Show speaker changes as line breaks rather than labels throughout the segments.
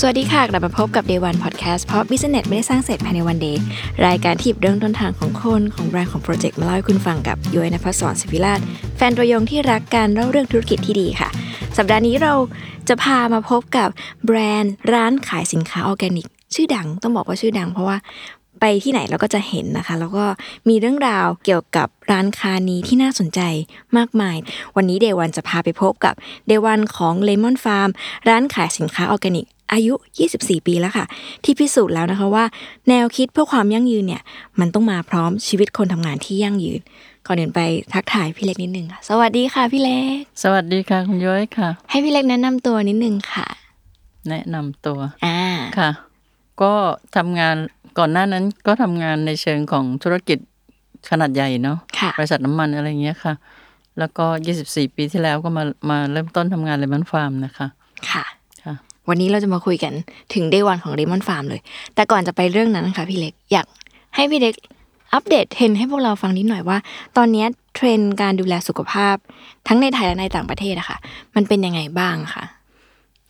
สวัสดีค่ะ กลับมาพบกับ Day One Podcast เพราะ Business ไม่ได้สร้างเสร็จภายในวันเดย์รายการที่หยิบเรื่องต้นทางของคน ของแบรนด์ของโปรเจกต์มาเล่าให้คุณฟังกับย้อยนภศรศิวิราช แฟนตัวยงที่รักการเล่าเรื่องธุรกิจที่ดีค่ะ สัปดาห์นี้เราจะพามาพบกับแบรนด์ร้านขายสินค้าออร์แกนิก ชื่อดังต้องบอกว่าชื่อดังเพราะว่า ไปที่ไหนเราก็จะเห็นนะคะ แล้วก็มีเรื่องราวเกี่ยวกับร้านค้านี้ที่น่าสนใจมากมาย วันนี้เดวันจะพาไปพบกับเดวันของ Lemon Farm ร้านขายสินค้าออร์แกนิก อายุ 24 ปีแล้วค่ะ ที่พิสูจน์แล้วนะคะว่า แนวคิดเพื่อความยั่งยืนเนี่ย มันต้องมาพร้อมชีวิตคนทำงานที่ยั่งยืน ก่อนอื่นไปทักทายพี่เล็กนิดนึงค่ะ สวัสดีค่ะพี่เล็ก
สวัสดีค่ะ คุณย้อยค่ะ
ให้พี่เล็กแนะนำตัวนิดนึงค่ะ
แนะนำตัว
อ่า
ค่ะ ก็ทำงานก่อนหน้านั้นก็ทำงานในเชิงของธุรกิจขนาดใหญ่เนาะ
ค่ะ
บริษัทน้ำมันอะไรเงี้ยค่ะ แล้วก็ 24 ปีที่แล้วก็มามาเริ่มต้นทำงานเลมอนฟาร์มนะคะ
ค่ะ
ค่ะ
วันนี้เราจะมาคุยกันถึง day one ของ Lemon Farm เลย แต่ก่อนจะไปเรื่องนั้นค่ะพี่เล็ก อยากให้พี่เล็กอัปเดตเทรนด์ให้พวกเราฟังนิดหน่อยว่า ตอนเนี้ยเทรนด์การดูแลสุขภาพ ทั้งในไทยและในต่างประเทศอะค่ะ มันเป็นยังไงบ้างค่ะ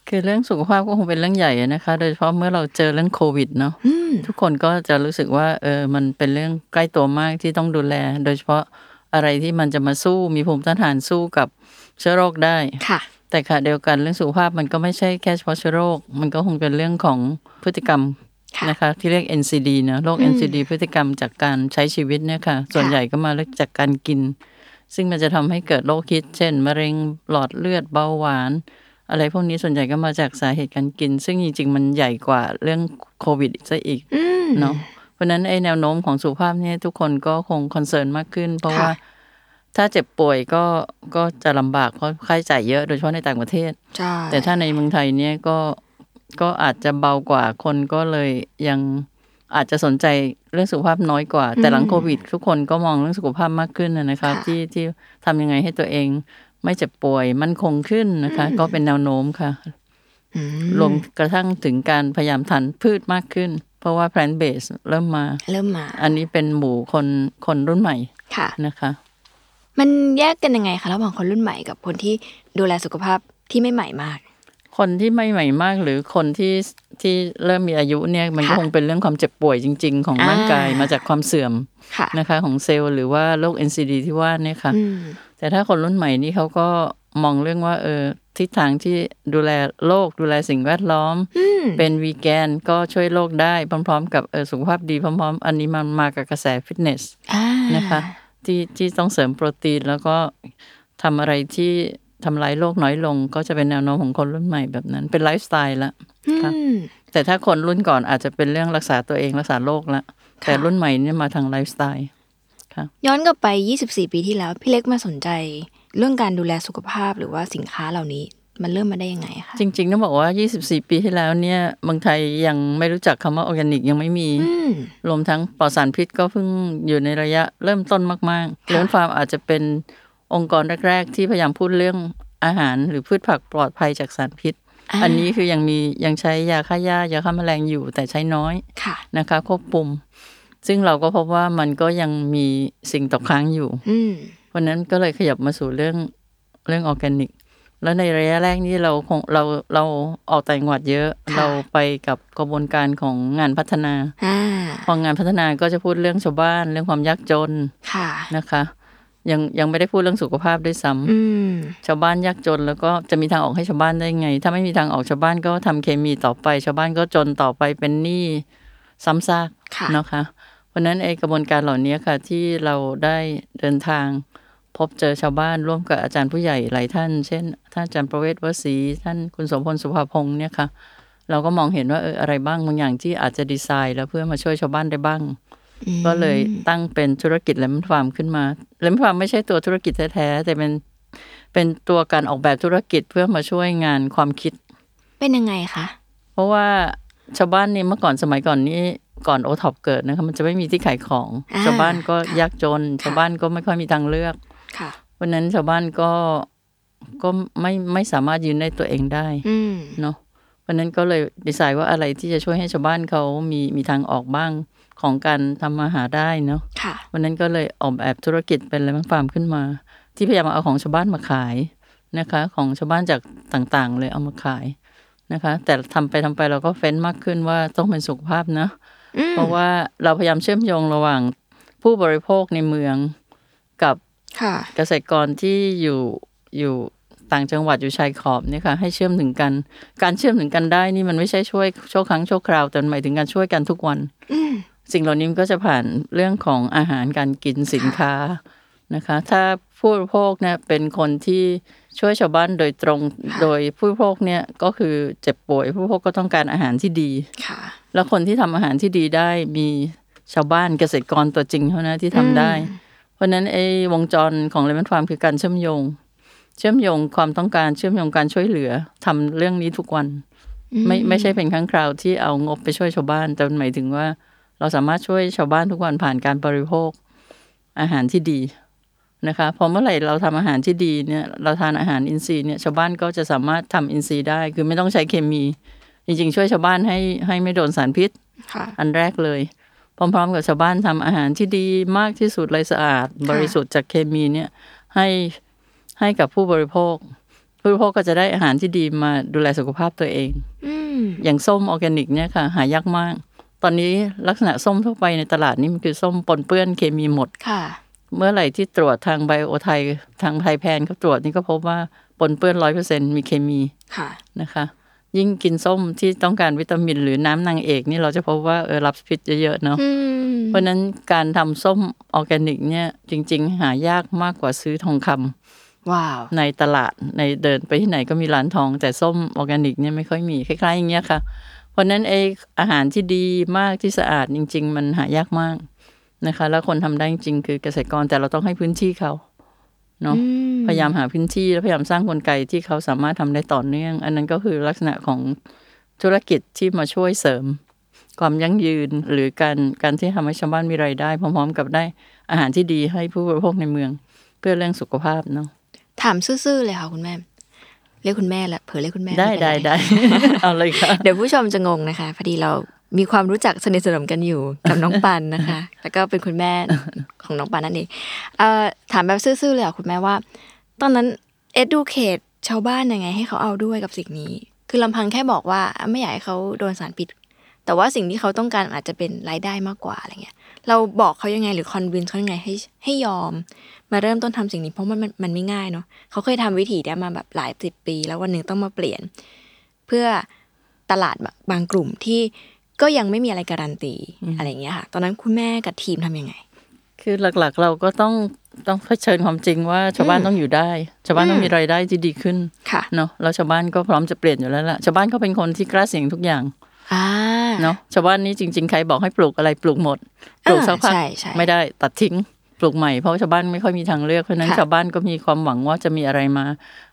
คือเรื่องสุขภาพก็คงเป็นเรื่องใหญ่อะนะคะ โดยเฉพาะเมื่อเราเจอเรื่องโควิดเนาะ
อืม
ทุกคนก็จะรู้สึกว่าเออมันเป็นเรื่องใกล้ตัวมากที่ต้องดูแล โดยเฉพาะอะไรที่มันจะมาสู้มีภูมิต้านทานสู้กับเชื้อโรคได้
ค่ะ
แต่ค่ะเดียวกันเรื่องสุขภาพมันก็ไม่ใช่แค่เฉพาะเชื้อโรค มันก็คงเป็นเรื่องของพฤติกรรม
ค่ะ
นะคะ ที่เรียก NCD นะโรค
อืม
NCD พฤติกรรมจากการใช้ชีวิตเนี่ยค่ะ ส่วนใหญ่ก็มาจากการกิน ซึ่งมันจะทำให้เกิดโรคคิด เช่น มะเร็งหลอดเลือดเบาหวาน อะไรพวกนี้ส่วนใหญ่ก็มาจากสาเหตุการกิน ซึ่งจริงๆ มันใหญ่กว่าเรื่องโควิดซะอีก
อืม
เนาะเพราะฉะนั้นไอ้แนวโน้มของสุขภาพเนี่ยทุกคนก็คงคอนเซิร์นมากขึ้น เพราะ
ค่ะ
ว่าถ้าเจ็บป่วยก็ก็จะลำบากเพราะค่าใช้จ่ายเยอะโดยเฉพาะในต่างประเทศ
ใช่
แต่ถ้าในเมืองไทยเนี่ยก็ก็อาจจะเบากว่าคนก็เลยยังอาจจะสนใจเรื่องสุขภาพน้อยกว่า แต่หลังโควิด ทุกคนก็มองเรื่องสุขภาพมากขึ้นนะนะคะที่ที่ทำยังไงให้ตัวเอง ไม่เจ็บป่วยมั่นคงขึ้นนะคะ ก็เป็นแนวโน้มค่ะ
อืม
รวมกระทั่งถึงการพยายามทานพืชมากขึ้น เพราะว่า plant based เริ่มมา
เริ่มมา
อันนี้เป็นหมู่คนคนรุ่นใหม่
ค่ะ
นะคะ
มันแยกกันยังไงคะระหว่างคนรุ่นใหม่กับคนที่ดูแลสุขภาพที่ไม่ใหม่มาก
คนที่ไม่ใหม่มากหรือคนที่ที่เริ่มมีอายุเนี่ยมันก็
ค่ะ
คงเป็นเรื่องความเจ็บป่วยจริง ๆ ของ
อ่า
ร่างกายมาจากความเสื่อม
ค่ะ
นะคะของเซลล์หรือว่าโรค NCD ที่ว่าเนี่ยค่ะ
อืม
แต่ถ้าคนรุ่นใหม่นี่เขาก็มองเรื่องว่าเออทิศทางที่ดูแลโลกดูแลสิ่งแวดล้อม
อืม
เป็นวีแกนก็ช่วยโลกได้พร้อมๆ กับเออสุขภาพดีพร้อมๆ อันนี้มันมากับกระแสฟิตเนส
อ่า
นะคะที่ที่ต้องเสริมโปรตีนแล้วก็ทำอะไรที่ทำลายโลกน้อยลง ก็จะเป็นแนวโน้มของคนรุ่นใหม่แบบนั้น เป็นไลฟ์สไตล์ละ
อื
ค่ะ
ม
แต่ถ้าคนรุ่นก่อนอาจจะเป็นเรื่องรักษาตัวเองรักษาโรคละแต่รุ่นใหม่เนี่ยมาทางไลฟ์สไตล์
ย้อนกลับไป 24 ปีที่แล้ว พี่เล็กมาสนใจ เรื่องการดูแลสุขภาพหรือว่าสินค้าเหล่านี้ มันเริ่มมาได้ยังไงคะ
จริง ๆ ต้องบอกว่า 24 ปีที่แล้วเนี่ยเมืองไทยยังไม่รู้จักคำว่าออร์แกนิกยังไม่มี
อืม
รวมทั้งปลอดสารพิษก็เพิ่งอยู่ในระยะเริ่มต้นมากๆ
ค่ะ
เลี้ยงฟาร์มอาจจะเป็นองค์กรแรก ๆ ที่พยายามพูดเรื่องอาหารหรือพืชผักปลอดภัยจากสารพิษ อันนี้คือยังมียังใช้ยาฆ่าหญ้ายาฆ่าแมลงอยู่แต่ใช้น้อย
ค่ะ
นะคะควบคุม ซึ่งเราก็พบว่ามันก็ยังมีสิ่งตกค้างอยู่
อืม
วันนั้นก็เลยขยับมาสู่เรื่องเรื่องออร์แกนิก แล้วในระยะแรกนี่เราคงเราเราออกต่างจังหวัดเยอะ
ค่ะ
เราไปกับกระบวนการของงานพัฒนา
อ่า
พองานพัฒนาก็จะพูดเรื่องชาวบ้าน เรื่องความยากจน
ค่ะ
นะคะ ยังยังไม่ได้พูดเรื่องสุขภาพด้วยซ้ำ
อืม
ชาวบ้านยากจนแล้วก็จะมีทางออกให้ชาวบ้านได้ไง ถ้าไม่มีทางออกชาวบ้านก็ทำเคมีต่อไป ชาวบ้านก็จนต่อไปเป็นหนี้ซ้ำซาก
ค่ะ
นะคะเพราะฉะนั้นไอกระบวนการเหล่านี้ค่ะที่เราได้เดินทาง พบเจอชาวบ้านร่วมกับอาจารย์ผู้ใหญ่หลายท่าน เช่น ท่านอาจารย์ประเวศวสีท่านคุณสมพลสุภาพงศ์เนี่ยค่ะ เราก็มองเห็นว่าเอออะไรบ้างบางอย่างที่อาจจะดีไซน์ แล้วเพื่อมาช่วยชาวบ้านได้บ้าง ก็เลยตั้งเป็นธุรกิจแลมฟาร์มขึ้นมาแลมฟาร์มไม่ใช่ตัวธุรกิจแท้ๆแต่เป็นเป็นตัวการออกแบบธุรกิจเพื่อมาช่วยงานความคิด
เป็นยังไงคะ
เพราะว่าชาวบ้านนี่เมื่อก่อนสมัยก่อนนี่ก่อนโอท็อปเกิดนะคะมันจะไม่มีที่ขายของ
อ่า
ชาวบ้านก็
ค่ะ
ยากจน
ค่ะ
ชาวบ้านก็ไม่ค่อยมีทางเลือก
ค่ะ
วันนั้นชาวบ้านก็ก็ไม่ไม่สามารถยืนได้ตัวเองได้
อืม
เนาะวันนั้นก็เลยดีไซน์ว่าอะไรที่จะช่วยให้ชาวบ้านเขามีมีทางออกบ้างของการทำมาหาได้เนาะ
ค่ะ
วันนั้นก็เลยออกแบบธุรกิจเป็นอะไรบ้างฟาร์มขึ้นมา ที่พยายามเอาของชาวบ้านมาขายนะคะ ของชาวบ้านจากต่างๆ เลยเอามาขายนะคะ แต่ทำไปทำไปเราก็เฟ้นมากขึ้นว่าต้องเป็นสุขภาพนะ
อืม
เพราะว่าเราพยายามเชื่อมโยงระหว่างผู้บริโภคในเมืองกับ
ค่ะ
เกษตรกรที่อยู่อยู่ต่างจังหวัดอยู่ชายขอบเนี่ยค่ะให้เชื่อมถึงกัน การเชื่อมถึงกันได้นี่มันไม่ใช่ช่วยชั่วครั้งชั่วคราวแต่มันหมายถึงการช่วยกันทุกวัน
อืม
สิ่งเหล่านี้มันก็จะผ่านเรื่องของอาหารการกินสินค้านะคะ ถ้าผู้บริโภคเนี่ยเป็นคนที่ช่วยชาวบ้านโดยตรง
ค่ะ
โดยผู้บริโภคเนี่ยก็คือเจ็บป่วยผู้บริโภคก็ต้องการอาหารที่ดี
ค่ะ
แล้วคนที่ทำอาหารที่ดีได้มีชาวบ้านเกษตรกรตัวจริงเท่านั้นที่ทำได้ เพราะฉะนั้นไอ้วงจรของเลมอนฟาร์มคือการเชื่อมโยง เชื่อมโยงความต้องการเชื่อมโยงการช่วยเหลือทำเรื่องนี้ทุกวัน ไม่ไม่ใช่เป็นครั้งคราวที่เอางบไปช่วยชาวบ้าน แต่มันหมายถึงว่า เราสามารถช่วยชาวบ้านทุกวันผ่านการบริโภคอาหารที่ดีนะคะพอเมื่อไหร่เราทำอาหารที่ดีเนี่ยเราทานอาหารอินทรีย์เนี่ยชาวบ้านก็จะสามารถทำอินทรีย์ได้ คือไม่ต้องใช้เคมี จริงๆ ช่วยชาวบ้านให้ให้ไม่โดนสารพิษ
ค่ะ
อันแรกเลย พร้อมๆ กับชาวบ้านทำอาหารที่ดีมากที่สุดเลยสะอาด บริสุทธิ์จากเคมีเนี่ยให้ให้กับผู้บริโภค ผู้บริโภคก็จะได้อาหารที่ดีมาดูแลสุขภาพตัวเอง
อืม
อย่างส้มออร์แกนิกเนี่ยค่ะ หายากมาก ตอนนี้ลักษณะส้มทั่วไปในตลาดนี่มันคือส้มปนเปื้อนเคมีหมด
ค่ะ
เมื่อไหร่ที่ตรวจทางไบโอไทยทางไทยแพนเขาตรวจนี่ก็พบว่าปนเปื้อนร้อยเปอร์เซ็นมีเคมี
ค่ะ
นะคะ ยิ่งกินส้มที่ต้องการวิตามิน หรือน้ำนางเอกนี่เราจะพบว่าเออรับพิษเยอะๆเนาะ
อืม
เพราะฉะนั้นการทำส้มออร์แกนิกเนี่ยจริง ๆ หายากมากกว่าซื้อทองค
ว้าว
ำในตลาดในเดินไปที่ไหนก็มีร้านทอง แต่ส้มออร์แกนิกเนี่ยไม่ค่อยมีคล้ายๆอย่างเงี้ยค่ะ เพราะฉะนั้นไออาหารที่ดีมากที่สะอาดจริง ๆ มันหายากมากนะคะ แล้วคนทำได้จริงๆคือเกษตรกรแต่เราต้องให้พื้นที่เขาเนาะพยายามหาพื้นที่แล้วพยายามสร้างกลไกที่เขาสามารถทำได้ต่อเนื่อง อันนั้นก็คือลักษณะของธุรกิจที่มาช่วยเสริม ความยั่งยืนหรือการการที่ทำให้ชาวบ้านมีรายได้ พร้อมๆ กับได้อาหารที่ดีให้ผู้บริโภคในเมือง เพื่อเรื่องสุขภาพเนาะ
ถามซื่อๆเลยค่ะคุณแม่ เรียกคุณแม่ละเผื่อเรียกคุณแม่
ได้
ม่เป็นร
ได้ได้ เอาเลยค่ะ
เดี๋ยวผู้ชมจะงงนะคะ พอดีเรามีความรู้จักสนิทสนมกันอยู่ กับน้องปันนะคะ แล้วก็เป็นคุณแม่ของน้องปันนั่นเองเอ่อถามแบบซื่อๆเลยอ่ะคุณแม่ว่า ตอนนั้น educate ชาวบ้านยังไง ให้เขาเอาด้วยกับสิ่งนี้ คือลำพังแค่บอกว่าไม่อยากให้เขาโดนสารพิษแต่ว่าสิ่งที่เขาต้องการอาจจะเป็นรายได้มากกว่าอะไรเงี้ย เราบอกเขายังไงหรือคอนวินเขายังไงให้ให้ยอม มาเริ่มต้นทำสิ่งนี้เพราะมันมันมันไม่ง่ายเนาะเขาเคยทำวิธีเนี้ยมาแบบหลายสิบปี แล้ววันหนึ่งต้องมาเปลี่ยน เพื่อตลาดบางบางกลุ่มที่ก็ยังไม่มีอะไรการันตีอะไรอย่างเงี้ยค่ะ ตอนนั้นคุณแม่กับทีมทำยังไง
คือหลักๆ เราก็ต้องต้องเผชิญความจริงว่าชาวบ้านต้องอยู่ได้ ชาวบ้านต้องมีรายได้ที่ดีขึ้น
ค่ะ
เนาะแล้วชาวบ้านก็พร้อมจะเปลี่ยนอยู่แล้วล่ะชาวบ้านก็เป็นคนที่กล้าเสี่ยงทุกอย่าง
อ่า
เนาะชาวบ้านนี่จริง ๆ ใครบอกให้ปลูกอะไรปลูกหมดปลูกสักพัก
ใช่ใช่
ไม่ได้ตัดทิ้งปลูกใหม่เพราะชาวบ้านไม่ค่อยมีทางเลือกเพราะฉะนั้น
ค่ะ
ชาวบ้านก็มีความหวังว่าจะมีอะไรมา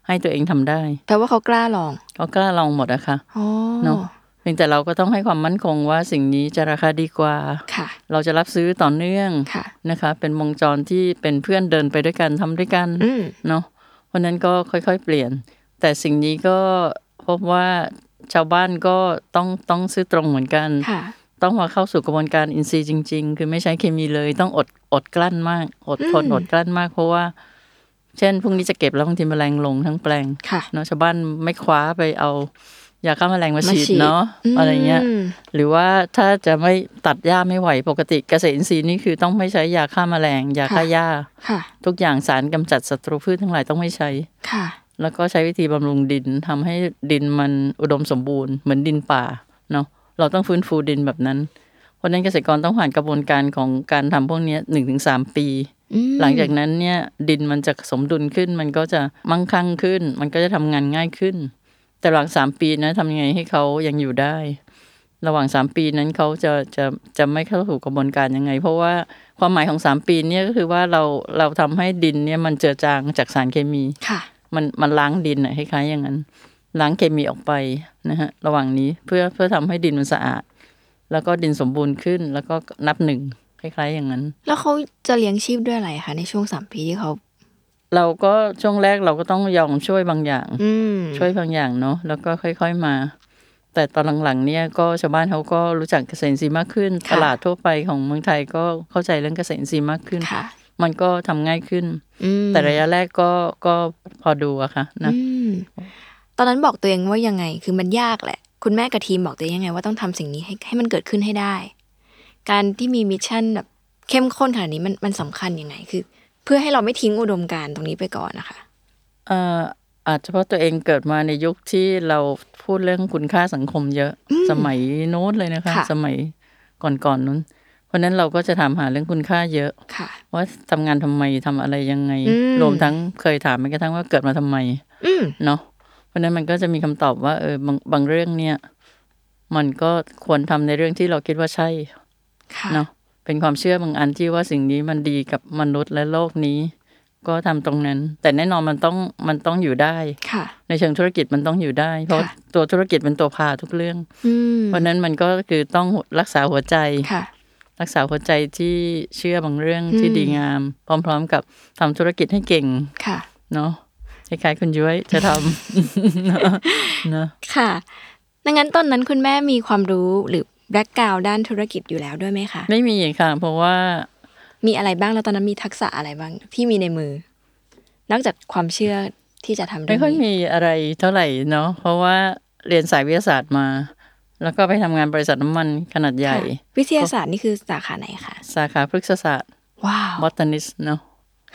ให้ตัวเองทำได้
แปลว่าเขากล้าลอง
เขากล้าลองหมดอะค่ะ
อ๋อ
เนาะเพียงแต่เราก็ต้องให้ความมั่นคงว่าสิ่งนี้จะราคาดีกว่า
ค่ะ
เราจะรับซื้อต่อเนื่อง
ค่ะ
นะคะ เป็นวงจรที่เป็นเพื่อนเดินไปด้วยกันทำด้วยกัน
อืม
เนาะเพราะฉะนั้นก็ค่อยๆ เปลี่ยน แต่สิ่งนี้ก็พบว่าชาวบ้านก็ต้องต้องซื้อตรงเหมือนกัน
ค่ะ
ต้องมาเข้าสู่กระบวนการอินทรีย์จริง ๆ คือไม่ใช้เคมีเลย ต้องอดอดกลั้นมาก อดทน
อืม
อดกลั้นมาก เพราะว่า เช่นพรุ่งนี้จะเก็บแล้วบางทีแมลงลงทั้งแปลง
ค่ะ
เนาะชาวบ้านไม่คว้าไปเอายาฆ่าแมลงมาฉี
มา
ด
ฉีด
เนาะอะไรเงี้ย
ม
หรือว่าถ้าจะไม่ตัดหญ้าไม่ไหวปกติเกษตรอินทรีย์นี่คือต้องไม่ใช้ยาฆ่าแมลงยาฆ่า
ค่ะ
หญ้า
ค่ะ
ทุกอย่างสารกำจัดศัตรูพืชทั้งหลายต้องไม่ใช้
ค่ะ
แล้วก็ใช้วิธีบำรุงดินทำให้ดินมันอุดมสมบูรณ์เหมือนดินป่าเนาะเราต้องฟื้นฟูดินแบบนั้น เพราะฉะนั้นเกษตรกรต้องผ่านกระบวนการของการทำพวกเนี้หนึ่งถึงสามปี
อืม
หลังจากนั้นเนี่ยดินมันจะสมดุลขึ้น มันก็จะมั่งคั่งขึ้น มันก็จะทำงานง่ายขึ้น แต่หลังสามปีนะทำยังไงให้เขายังอยู่ได้ ระหว่างสามปีนั้นเขาจะจะจะไม่เข้าสู่กระบวนการยังไง เพราะว่าความหมายของสามปีเนี่ยก็คือว่าเราเราทำให้ดินเนี่ยมันเจือจางจากสารเคมี
ค่ะ
มันมันล้างดินอะคล้ายๆอย่างนั้น ล้างเคมีออกไปนะฮะระหว่างนี้เพื่อเพื่อทำให้ดินมันสะอาด แล้วก็ดินสมบูรณ์ขึ้น แล้วก็นับหนึ่งคล้ายๆอย่างนั้น
แล้วเขาจะเลี้ยงชีพด้วยอะไรคะในช่วงสามปีที่เขา
เราก็ช่วงแรกเราก็ต้องยอมช่วยบางอย่าง
อืม
ช่วยบางอย่างเนาะแล้วก็ค่อย ๆมา แต่ตอนหลังๆเนี่ยก็ชาวบ้านเขาก็รู้จักเกษตรอินทรีย์มากขึ้น ตลาดทั่วไปของเมืองไทยก็เข้าใจเรื่องเกษตรอินทรีย์มากขึ้น
ค่ะ
มันก็ทำง่ายขึ้น
อืม
แต่ระยะแรกก็ก็พอดูอะค่ะนะ
อืมตอนนั้นบอกตัวเองว่ายังไง คือมันยากแหละ คุณแม่กับทีมบอกตัวเองยังไง ว่าต้องทำสิ่งนี้ให้ให้มันเกิดขึ้นให้ได้ การที่มีมิชชั่นแบบเข้มข้นขนาดนี้มันมันสำคัญยังไงคือ เพื่อให้เราไม่ทิ้งอุดมการณ์ตรงนี้ไปก่อนนะคะ
เอ่ออาจจะเพราะตัวเองเกิดมาในยุคที่เราพูดเรื่องคุณค่าสังคมเยอะ สมัยโน้นเลยนะคะ
ค่ะ
สมัยก่อนๆนู้น เพราะฉะนั้นเราก็จะถามหาเรื่องคุณค่าเยอะ
ค่ะ
ว่าทำงานทำไมทำอะไรยังไง
อืม
รวมทั้งเคยถามแม้กระทั่งว่าเกิดมาทำไม
อืม
เนาะเพราะฉะนั้นมันก็จะมีคำตอบว่าเออบางบางเรื่องเนี่ย มันก็ควรทำในเรื่องที่เราคิดว่าใช่
ค่ะ
เนาะเป็นความเชื่อบางอันที่ว่าสิ่งนี้มันดีกับมนุษย์และโลกนี้ ก็ทำตรงนั้น แต่แน่นอนมันต้องมันต้องอยู่ได้
ค่ะ
ในเชิงธุรกิจมันต้องอยู่ได้ เพราะ
ค่ะ
ตัวธุรกิจเป็นตัวพาทุกเรื่อง
อืม
เพราะฉะนั้นมันก็คือต้องรักษาหัวใจ
ค่ะ
รักษาหัวใจที่เชื่อบางเรื่องที่
อืม
ดีงาม พร้อม ๆ กับทำธุรกิจให้เก่ง
ค่ะ
เนาะคล้ายๆคุณย้วยจะทำ เนาะ
ค่ะดังนั้นตอนนั้นคุณแม่มีความรู้หรือแบล็กกราวด้านธุรกิจอยู่แล้วด้วยไหมคะ
ไม่มีค่ะ เพราะว่า
มีอะไรบ้างแล้วตอนนั้นมีทักษะอะไรบ้างที่มีในมือ นอกจากความเชื่อที่จะทำเรื่
ไม่
อง
ค่อย
นี้
มีอะไรเท่าไหร่เนาะเพราะว่าเรียนสายวิทยาศาสตร์มา แล้วก็ไปทำงานบริษัทน้ำมันขนาดใหญ่
ค่ะวิทยาศาสตร์นี่คือสาขาไหนคะ
สาขาพฤกษศาสตร์
ว้าว
บอตานิสเนาะ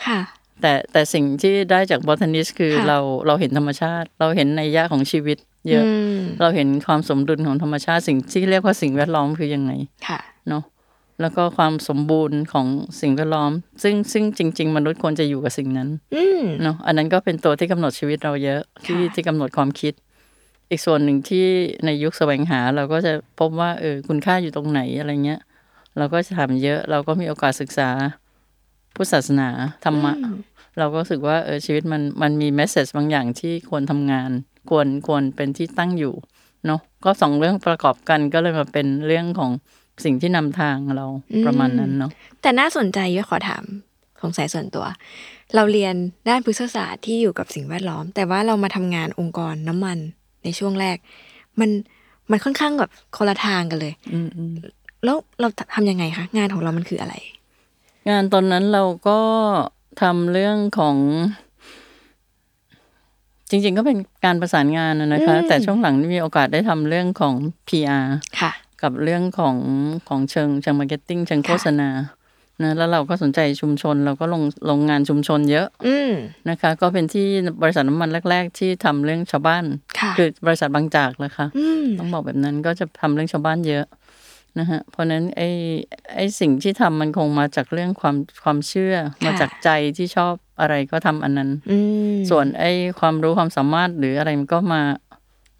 ค่ะ
แต่แต่สิ่งที่ได้จากบอทานิสคือ
ค่ะ
เราเราเห็นธรรมชาติ เราเห็นในยยะของชีวิตเยอะ
อืม
เราเห็นความสมดุลของธรรมชาติสิ่งที่เรียกว่าสิ่งแวดล้อมคือยังไง
ค่ะ
เนาะแล้วก็ความสมบูรณ์ของสิ่งแวดล้อม ซึ่งซึ่งจริง ๆ มนุษย์ควรจะอยู่กับสิ่งนั้น
อืม
เนาะอันนั้นก็เป็นตัวที่กำหนดชีวิตเราเยอะที่
ค่ะ
ที่กำหนดความคิด อีกส่วนหนึ่งที่ในยุคแสวงหาเราก็จะพบว่าเออคุณค่าอยู่ตรงไหนอะไรเงี้ย เราก็จะถามเยอะ เราก็มีโอกาสศึกษาพุทธศาสนาธรรมะ เราก็รู้สึกว่าเออชีวิตมันมันมีแมสเซจบางอย่างที่ควรทำงาน ควรควรเป็นที่ตั้งอยู่เนาะก็สองเรื่องประกอบกันก็เลยมาเป็นเรื่องของสิ่งที่นำทางเรา
อืม
ประมาณนั้นเนาะ
แต่น่าสนใจเยอะขอถามสงสัยส่วนตัว เราเรียนด้านพฤกษศาสตร์ที่อยู่กับสิ่งแวดล้อม แต่ว่าเรามาทำงานองค์กรน้ำมันในช่วงแรก มันมันค่อนข้างแบบคนละทางกันเลย
อืมอืม
แล้วเราทำยังไงคะงานของเรามันคืออะไร
งานตอนนั้นเราก็ทำเรื่องของ จริง ๆ ก็เป็นการประสานงานนะนะคะ
อืม
แต่ช่วงหลังนี่มีโอกาสได้ทำเรื่องของ PR
ค่ะ
กับเรื่องของของเชิงเชิงมาร์เก็ตติ้งเชิงโฆษณานะแล้วเราก็สนใจชุมชน เราก็ลงลงงานชุมชนเยอะ
อืม
นะคะก็เป็นที่บริษัทน้ำมันแรก ๆ ที่ทำเรื่องชาวบ้าน
ค่ะ
คือบริษัทบางจากนะคะ
อืม
ต้องบอกแบบนั้นก็จะทำเรื่องชาวบ้านเยอะนะฮะเพราะฉะนั้นไอ้ไอ้สิ่งที่ทำมันคงมาจากเรื่องความความเชื่อ มาจากใจที่ชอบอะไรก็ทำอันนั้น
อืม
ส่วนไอ้ความรู้ความสามารถหรืออะไรมันก็มา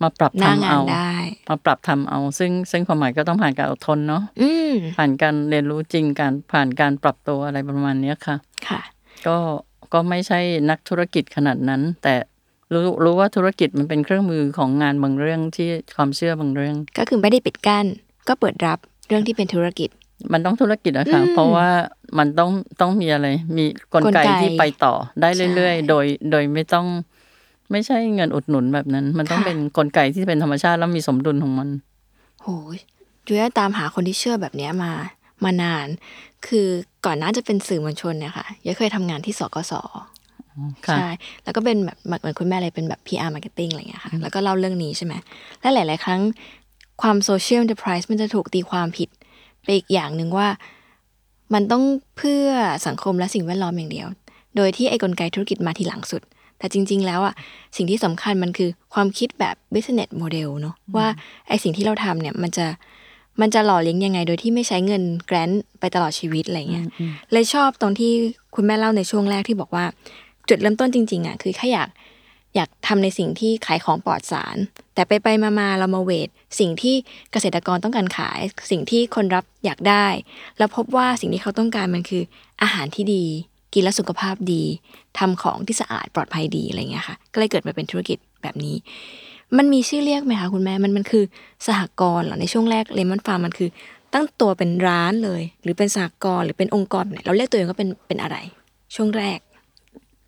มาปรับ
หน้า
ทำ
งาน
เอา
ได้
มาปรับทำเอา ซึ่งซึ่งความหมายก็ต้องผ่านการอดทนเนาะ
อืม
ผ่านการเรียนรู้จริงการผ่านการปรับตัวอะไรประมาณเนี้ยค่ะ
ค่ะ
ก็ก็ไม่ใช่นักธุรกิจขนาดนั้น แต่รู้รู้ว่าธุรกิจมันเป็นเครื่องมือของงานบางเรื่องที่ความเชื่อบางเรื่อง
ก็คือไม่ได้ปิดกั้น ก็เปิดรับเรื่องที่เป็นธุรกิจ
มันต้องธุรกิจนะคะ
อืม
เพราะว่ามันต้องต้องมีอะไร มีกล
กล
ไก
ไก
ที่ไปต่อได้เรื่อย
ใช่
ๆ โดยโดยไม่ต้องไม่ใช่เงินอุดหนุนแบบนั้น มันต้อง
ค่ะ
เป็นกลไกที่เป็นธรรมชาติแล้วมีสมดุลของมัน
โห ยุ้ยตามหาคนที่เชื่อแบบเนี้ยมามานาน คือก่อนหน้าจะเป็นสื่อมวลชนเนี่ยค่ะยุ้ยเคยทำงานที่สกส
ค่ะ
ใช่ แล้วก็เป็นแบบเหมือนคุณแม่เลยเป็นแบบ PR marketing อะไรอย่างเงี้ยค่ะ แล้วก็เล่าเรื่องนี้ใช่ไหม และหลาย ๆ ครั้งความ social enterprise มันจะถูกตีความผิด ไปอีกอย่างหนึ่งว่า มันต้องเพื่อสังคมและสิ่งแวดล้อมอย่างเดียว โดยที่ไอ้กลไกธุรกิจมาทีหลังสุด แต่จริง ๆ แล้วอะสิ่งที่สำคัญมันคือความคิดแบบ business model เนอะว่าไอ้สิ่งที่เราทำเนี่ยมันจะมันจะหล่อเลี้ยงยังไง โดยที่ไม่ใช้เงินแกรนต์ไปตลอดชีวิตอะไรเงี้ย เลยชอบตรงที่คุณแม่เล่าในช่วงแรกที่บอกว่า จุดเริ่มต้นจริงๆอ่ะคือแค่อยากอยากทำในสิ่งที่ขายของปลอดสาร แต่ไปไปๆมาๆเรามาเวทสิ่งที่เกษตรกรต้องการขาย สิ่งที่คนรับอยากได้ แล้วพบว่าสิ่งที่เขาต้องการมันคือ อาหารที่ดี กินแล้วสุขภาพดีทำของที่สะอาดปลอดภัยดีอะไรเงี้ยค่ะ ก็เลยเกิดมาเป็นธุรกิจแบบนี้ มันมีชื่อเรียกไหมคะคุณแม่ มันมันคือสหกรณ์เหรอในช่วงแรกเลมอนฟาร์มมันคือ ตั้งตัวเป็นร้านเลย หรือเป็นสหกรณ์หรือเป็นองค์กรไหนเราเรียกตัวเองก็เป็นเป็นอะไร ช่วงแรก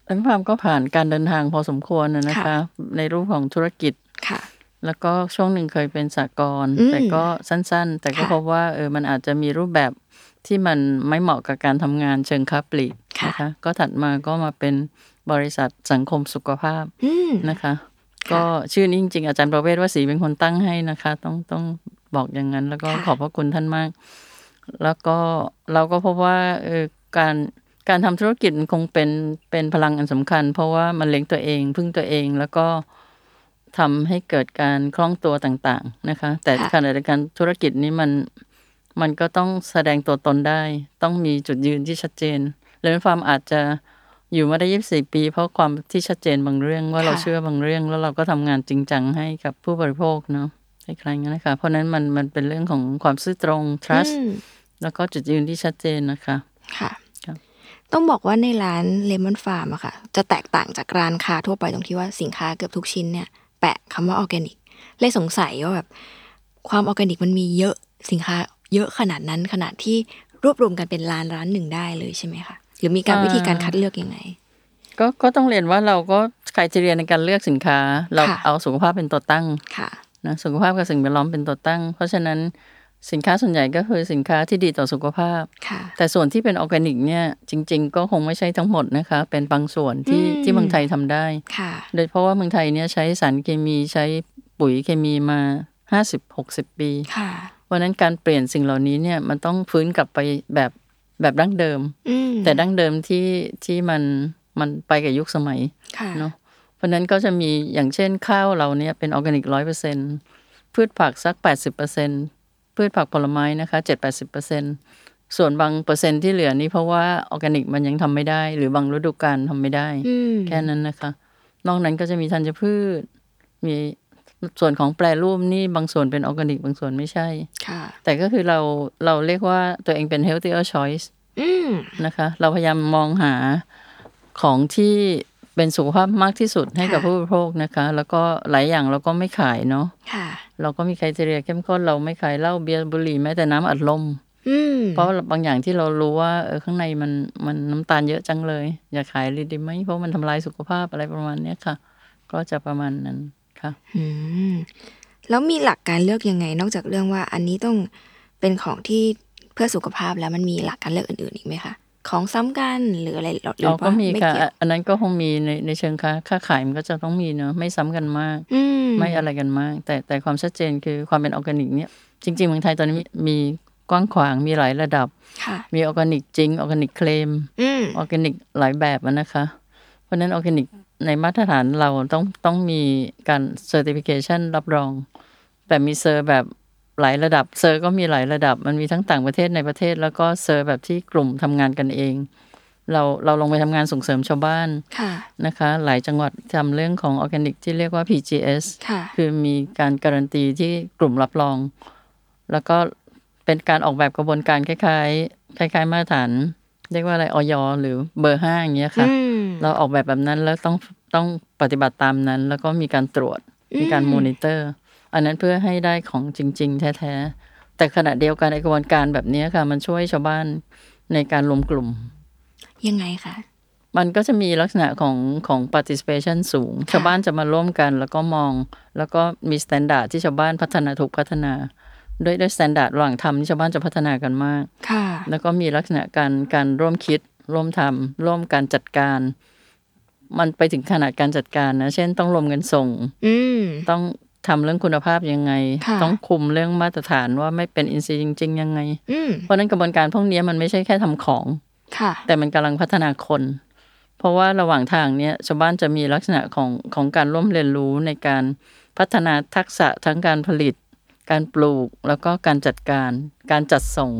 แล้วความก็ผ่านการเดินทางพอสมควรนะนะ
ค่ะ
คะ ในรูปของธุรกิจ
ค่ะ
แล้วก็ช่วงหนึ่งเคยเป็นสากล
อืม
แต่ก็สั้นๆ แต่ก็
ค่ะ
พบว่าเออมันอาจจะมีรูปแบบที่มันไม่เหมาะกับการทำงานเชิงค้าปลีก
ค่ะ
นะคะก็ถัดมาก็มาเป็นบริษัทสังคมสุขภาพ
อืม
นะคะ ก็ชื่อนี้จริงๆ อาจารย์ประเวศว่าสีเป็นคนตั้งให้นะคะ ต้องต้องบอกอย่างนั้น แล้วก็
ค่ะ
ขอบพระคุณท่านมาก แล้วก็เราก็พบว่าเออการการทำธุรกิจมันคงเป็นเป็นพลังอันสำคัญ เพราะว่ามันเลี้ยงตัวเอง พึ่งตัวเองแล้วก็ ทำให้เกิดการคล่องตัวต่างๆนะคะ แต่
ค่ะ
ขณะเดียวกันธุรกิจนี้มันมันก็ต้องแสดงตัวตนได้ ต้องมีจุดยืนที่ชัดเจนเลนฟาร์มอาจจะอยู่มาได้ 24 ปี เพราะความที่ชัดเจนบางเรื่องว่าเราเชื่อบางเรื่อง แล้วเราก็ทำงานจริงจังให้กับผู้บริโภคเนาะคล้ายๆงั้นนะคะ เพราะฉะนั้นมันมันเป็นเรื่องของความซื่อตรง trust
อืม
แล้วก็จุดยืนที่ชัดเจนนะคะ
ค่ะ
ครับ
ต้องบอกว่าในร้านเลมอนฟาร์มอะค่ะ จะแตกต่างจากร้านค้าทั่วไปตรงที่ว่าสินค้าเกือบทุกชิ้นเนี่ย แปะคำว่าออร์แกนิก เลยสงสัยว่าแบบ ความออร์แกนิกมันมีเยอะสินค้าเยอะขนาดนั้นขนาดที่รวบรวมกันเป็นร้านร้านหนึ่งได้เลยใช่ไหมคะหรือมีการวิธีการคัดเลือกยังไง
ก็ก็ต้องเรียนว่าเราก็ใครจะเรียนในการเลือกสินค้า เรา
ค่ะ
เอาสุขภาพเป็นตัวตั้ง
ค่ะ
นะสุขภาพกับสิ่งแวดล้อมเป็นตัวตั้ง เพราะฉะนั้นสินค้าส่วนใหญ่ก็คือสินค้าที่ดีต่อสุขภาพ
ค่ะ
แต่ส่วนที่เป็นออร์แกนิกเนี่ยจริง ๆ ก็คงไม่ใช่ทั้งหมดนะคะ เป็นบางส่วนที่
อืม
ที่เมืองไทยทำได้
ค่ะ
โดยเพราะว่าเมืองไทยเนี่ยใช้สารเคมีใช้ปุ๋ยเคมีมา 50-60 ปี
ค่ะ
วันนั้นการเปลี่ยนสิ่งเหล่านี้เนี่ยมันต้องฟื้นกลับไปแบบแบบดั้งเดิม
อืม
แต่ดั้งเดิมที่ที่มันมันไปกับยุคสมัย
ค่ะ
เนาะเพราะฉะนั้นก็จะมีอย่างเช่นข้าวเราเนี่ยเป็นออร์แกนิกร้อยเปอร์เซ็นพืชผักสักแปดสิบเปอร์เซ็นพืชผักผลไม้นะคะเจ็ดแปดสิบเปอร์เซ็นส่วนบางเปอร์เซ็นต์ที่เหลือนี่เพราะว่าออร์แกนิกมันยังทำไม่ได้ หรือบางฤดูกาลทำไม่ได้
อืม
แค่นั้นนะคะ นอกนั้นก็จะมีธัญพืช มีส่วนของแปรรูปนี่บางส่วนเป็นออร์แกนิกบางส่วนไม่ใช่
ค่ะ
แต่ก็คือเราเราเรียกว่าตัวเองเป็น healthier choice
อืม
นะคะเราพยายามมองหาของที่เป็นสุขภาพมากที่สุดให้กับผู้บริโภคนะคะ แล้วก็หลายอย่างเราก็ไม่ขายเนาะ
ค่ะ
เราก็มีไครเทเรียเข้มข้นเราไม่ขายเหล้าเบียร์บุหรี่แม้แต่น้ำอัดลม
อืม
เพราะบางอย่างที่เรารู้ว่าเออข้างในมันมันน้ำตาลเยอะจังเลย อย่าขายเลยดีไหมเพราะมันทำลายสุขภาพอะไรประมาณเนี้ยค่ะ ก็จะประมาณนั้นค่ะ
อืมแล้วมีหลักการเลือกยังไง นอกจากเรื่องว่าอันนี้ต้องเป็นของที่เพื่อสุขภาพแล้วมันมีหลักการเลือกอื่นๆอีกไหมคะของซ้ำกันหรืออะไรหรือ
เราก็
ว่า
มีค่ะ
ไเยว
อันนั้นก็คงมีในในเชิงค้าค้าขายมันก็จะต้องมีเนาะไม่ซ้ำกันมาก
อืม
ไม่อะไรกันมาก แต่แต่ความชัดเจนคือความเป็นออร์แกนิกเนี่ยจริงๆเมืองไทยตอนนี้มีมีกว้างขวางมีหลายระดับ
ค่ะ
มีออร์แกนิกจริงออร์แกนิกเคลม
อืม
ออร์แกนิกหลายแบบอะนะคะ เพราะฉะนั้นออร์แกนิกในมาตรฐานเราต้องต้องมีการเซอร์ติฟิเคชันรับรอง แบบมีเซอร์แบบหลายระดับเซอร์ก็มีหลายระดับ มันมีทั้งต่างประเทศในประเทศ แล้วก็เซอร์แบบที่กลุ่มทำงานกันเอง เราเราลงไปทำงานส่งเสริมชาวบ้าน
ค่ะ
นะคะ หลายจังหวัดทำเรื่องของออร์แกนิกที่เรียกว่า PGS
ค่ะ
คือมีการการันตีที่กลุ่มรับรอง แล้วก็เป็นการออกแบบกระบวนการคล้ายๆ คล้าย ๆ มาตรฐาน เรียกว่าอะไรออยหรือเบอร์ห้าอย่างเงี้ยค่ะ
อืม
เราออกแบบแบบนั้นแล้วต้องต้องปฏิบัติตามนั้น แล้วก็มีการตรวจมีการมอนิเตอร์ อันนั้นเพื่อให้ได้ของจริง ๆ แท้ๆ แต่ขณะเดียวกันไอ้กระบวนการแบบเนี้ยค่ะ มันช่วยชาวบ้านในการรวมกลุ่ม
ยังไงคะ
มันก็จะมีลักษณะของของ participation สูง ชาวบ้านจะมาร่วมกันแล้วก็มอง แล้วก็มี s t ต n d า r d ที่ชาวบ้านพัฒนาถูกพัฒนา ด้วยด้วยสแตนดาร์ดระหว่างทำนี่ชาวบ้านจะพัฒนากันมาก
ค่ะ
แล้วก็มีลักษณะการการร่วมคิด ร่วมทำร่วมการจัดการ มันไปถึงขนาดการจัดการนะ เช่นต้องรวมเงินส่ง
อืม
ต้องทำเรื่องคุณภาพยังไง
ค่ะ
ต้องคุมเรื่องมาตรฐานว่าไม่เป็นอินซีจริง ๆ ยังไง
อืม
เพราะฉะนั้นกระบวนการพวกนี้มันไม่ใช่แค่ทำของ
ค่ะ
แต่มันกำลังพัฒนาคน เพราะว่าระหว่างทางเนี้ยชาวบ้านจะมีลักษณะของของการร่วมเรียนรู้ในการพัฒนาทักษะทั้งการผลิต การปลูกแล้วก็การจัดการ การจัดส่ง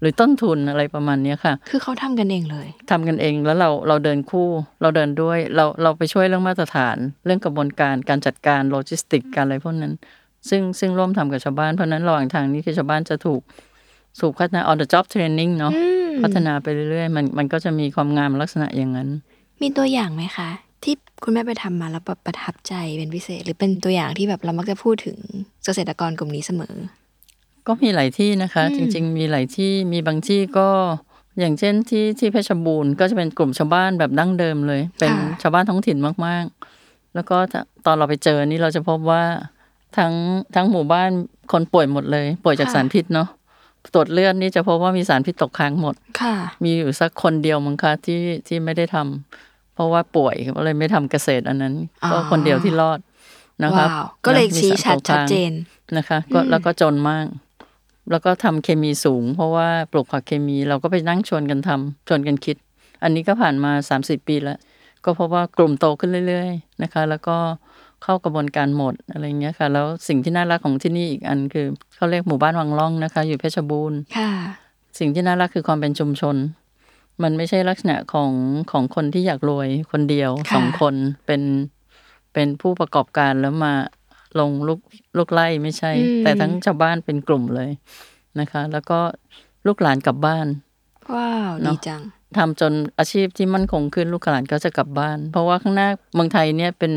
หรือต้นทุนอะไรประมาณเนี้ยค่ะ
คือเขาทำกันเองเลย
ทำกันเองแล้วเราเราเดินคู่ เราเดินด้วยเราเราไปช่วยเรื่องมาตรฐาน เรื่องกระบวนการการจัดการโลจิสติกการอะไรพวกนั้น ซึ่งซึ่งร่วมทำกับชาวบ้านเพราะฉะนั้นระหว่างทางนี้คือชาวบ้านจะถูกสูกพัฒนา on the job training เนาะ
อืม
พัฒนาไปเรื่อยๆ มันมันก็จะมีความงามลักษณะอย่างนั้น
มีตัวอย่างไหมคะ ที่คุณแม่ไปทำมาแล้วแบบประทับใจเป็นพิเศษ หรือเป็นตัวอย่างที่แบบเรามักจะพูดถึงเกษตรกรกลุ่มนี้เสมอ
ก็มีหลายที่นะคะ
อืม
จริง ๆ มีหลายที่มีบางที่ก็อย่างเช่นที่ที่เพชรบูรณ์ก็จะเป็นกลุ่มชาวบ้านแบบดั้งเดิมเลย เป็นชาวบ้านท้องถิ่นมากๆ แล้วก็ถ้าตอนเราไปเจอนี่เราจะพบว่าทั้งทั้งหมู่บ้านคนป่วยหมดเลย ป่วยจากสารพิษเนาะตรวจเลือดนี่จะพบว่ามีสารพิษตกค้างหมด
ค่ะ
มีอยู่สักคนเดียวมั้งคะที่ที่ไม่ได้ทำเพราะว่าป่วยก็เลยไม่ทำเกษตรอันนั้น
อ๋อ
ก็คนเดียวที่รอดนะครับ
ว้าว ก็เลย
นะมี
ชี้
สา
ชัด
รตก
ชัด
ค้าง
เจน
นะคะก็
อืม
แล้วก็จนมาก แล้วก็ทำเคมีสูง เพราะว่าปลูกผักเคมีเราก็ไปนั่งชวนกันทำชวนกันคิด อันนี้ก็ผ่านมา 30 ปีแล้ว ก็เพราะว่ากลุ่มโตขึ้นเรื่อยๆนะคะ แล้วก็เข้ากระบวนการหมดอะไรอย่างเงี้ยค่ะ แล้วสิ่งที่น่ารักของที่นี่อีกอันคือเขาเรียกหมู่บ้านวังล่องนะคะ อยู่เพชรบูรณ์
ค่ะ
สิ่งที่น่ารักคือความเป็นชุมชน มันไม่ใช่ลักษณะของของคนที่อยากรวยคนเดียว
ค่ะ
สองคนเป็นเป็นผู้ประกอบการแล้วมาลงลูกลูกไล่ไม่ใช่ แต่ทั้งชาวบ้านเป็นกลุ่มเลยนะคะ แล้วก็ลูกหลานกลับบ้าน
ว้าว
เน
ดี
อะ
จัง
ทำจนอาชีพที่มั่นคงขึ้นลูกหลานก็จะกลับบ้าน เพราะว่าข้างหน้าเมืองไทยเนี่ยเป็น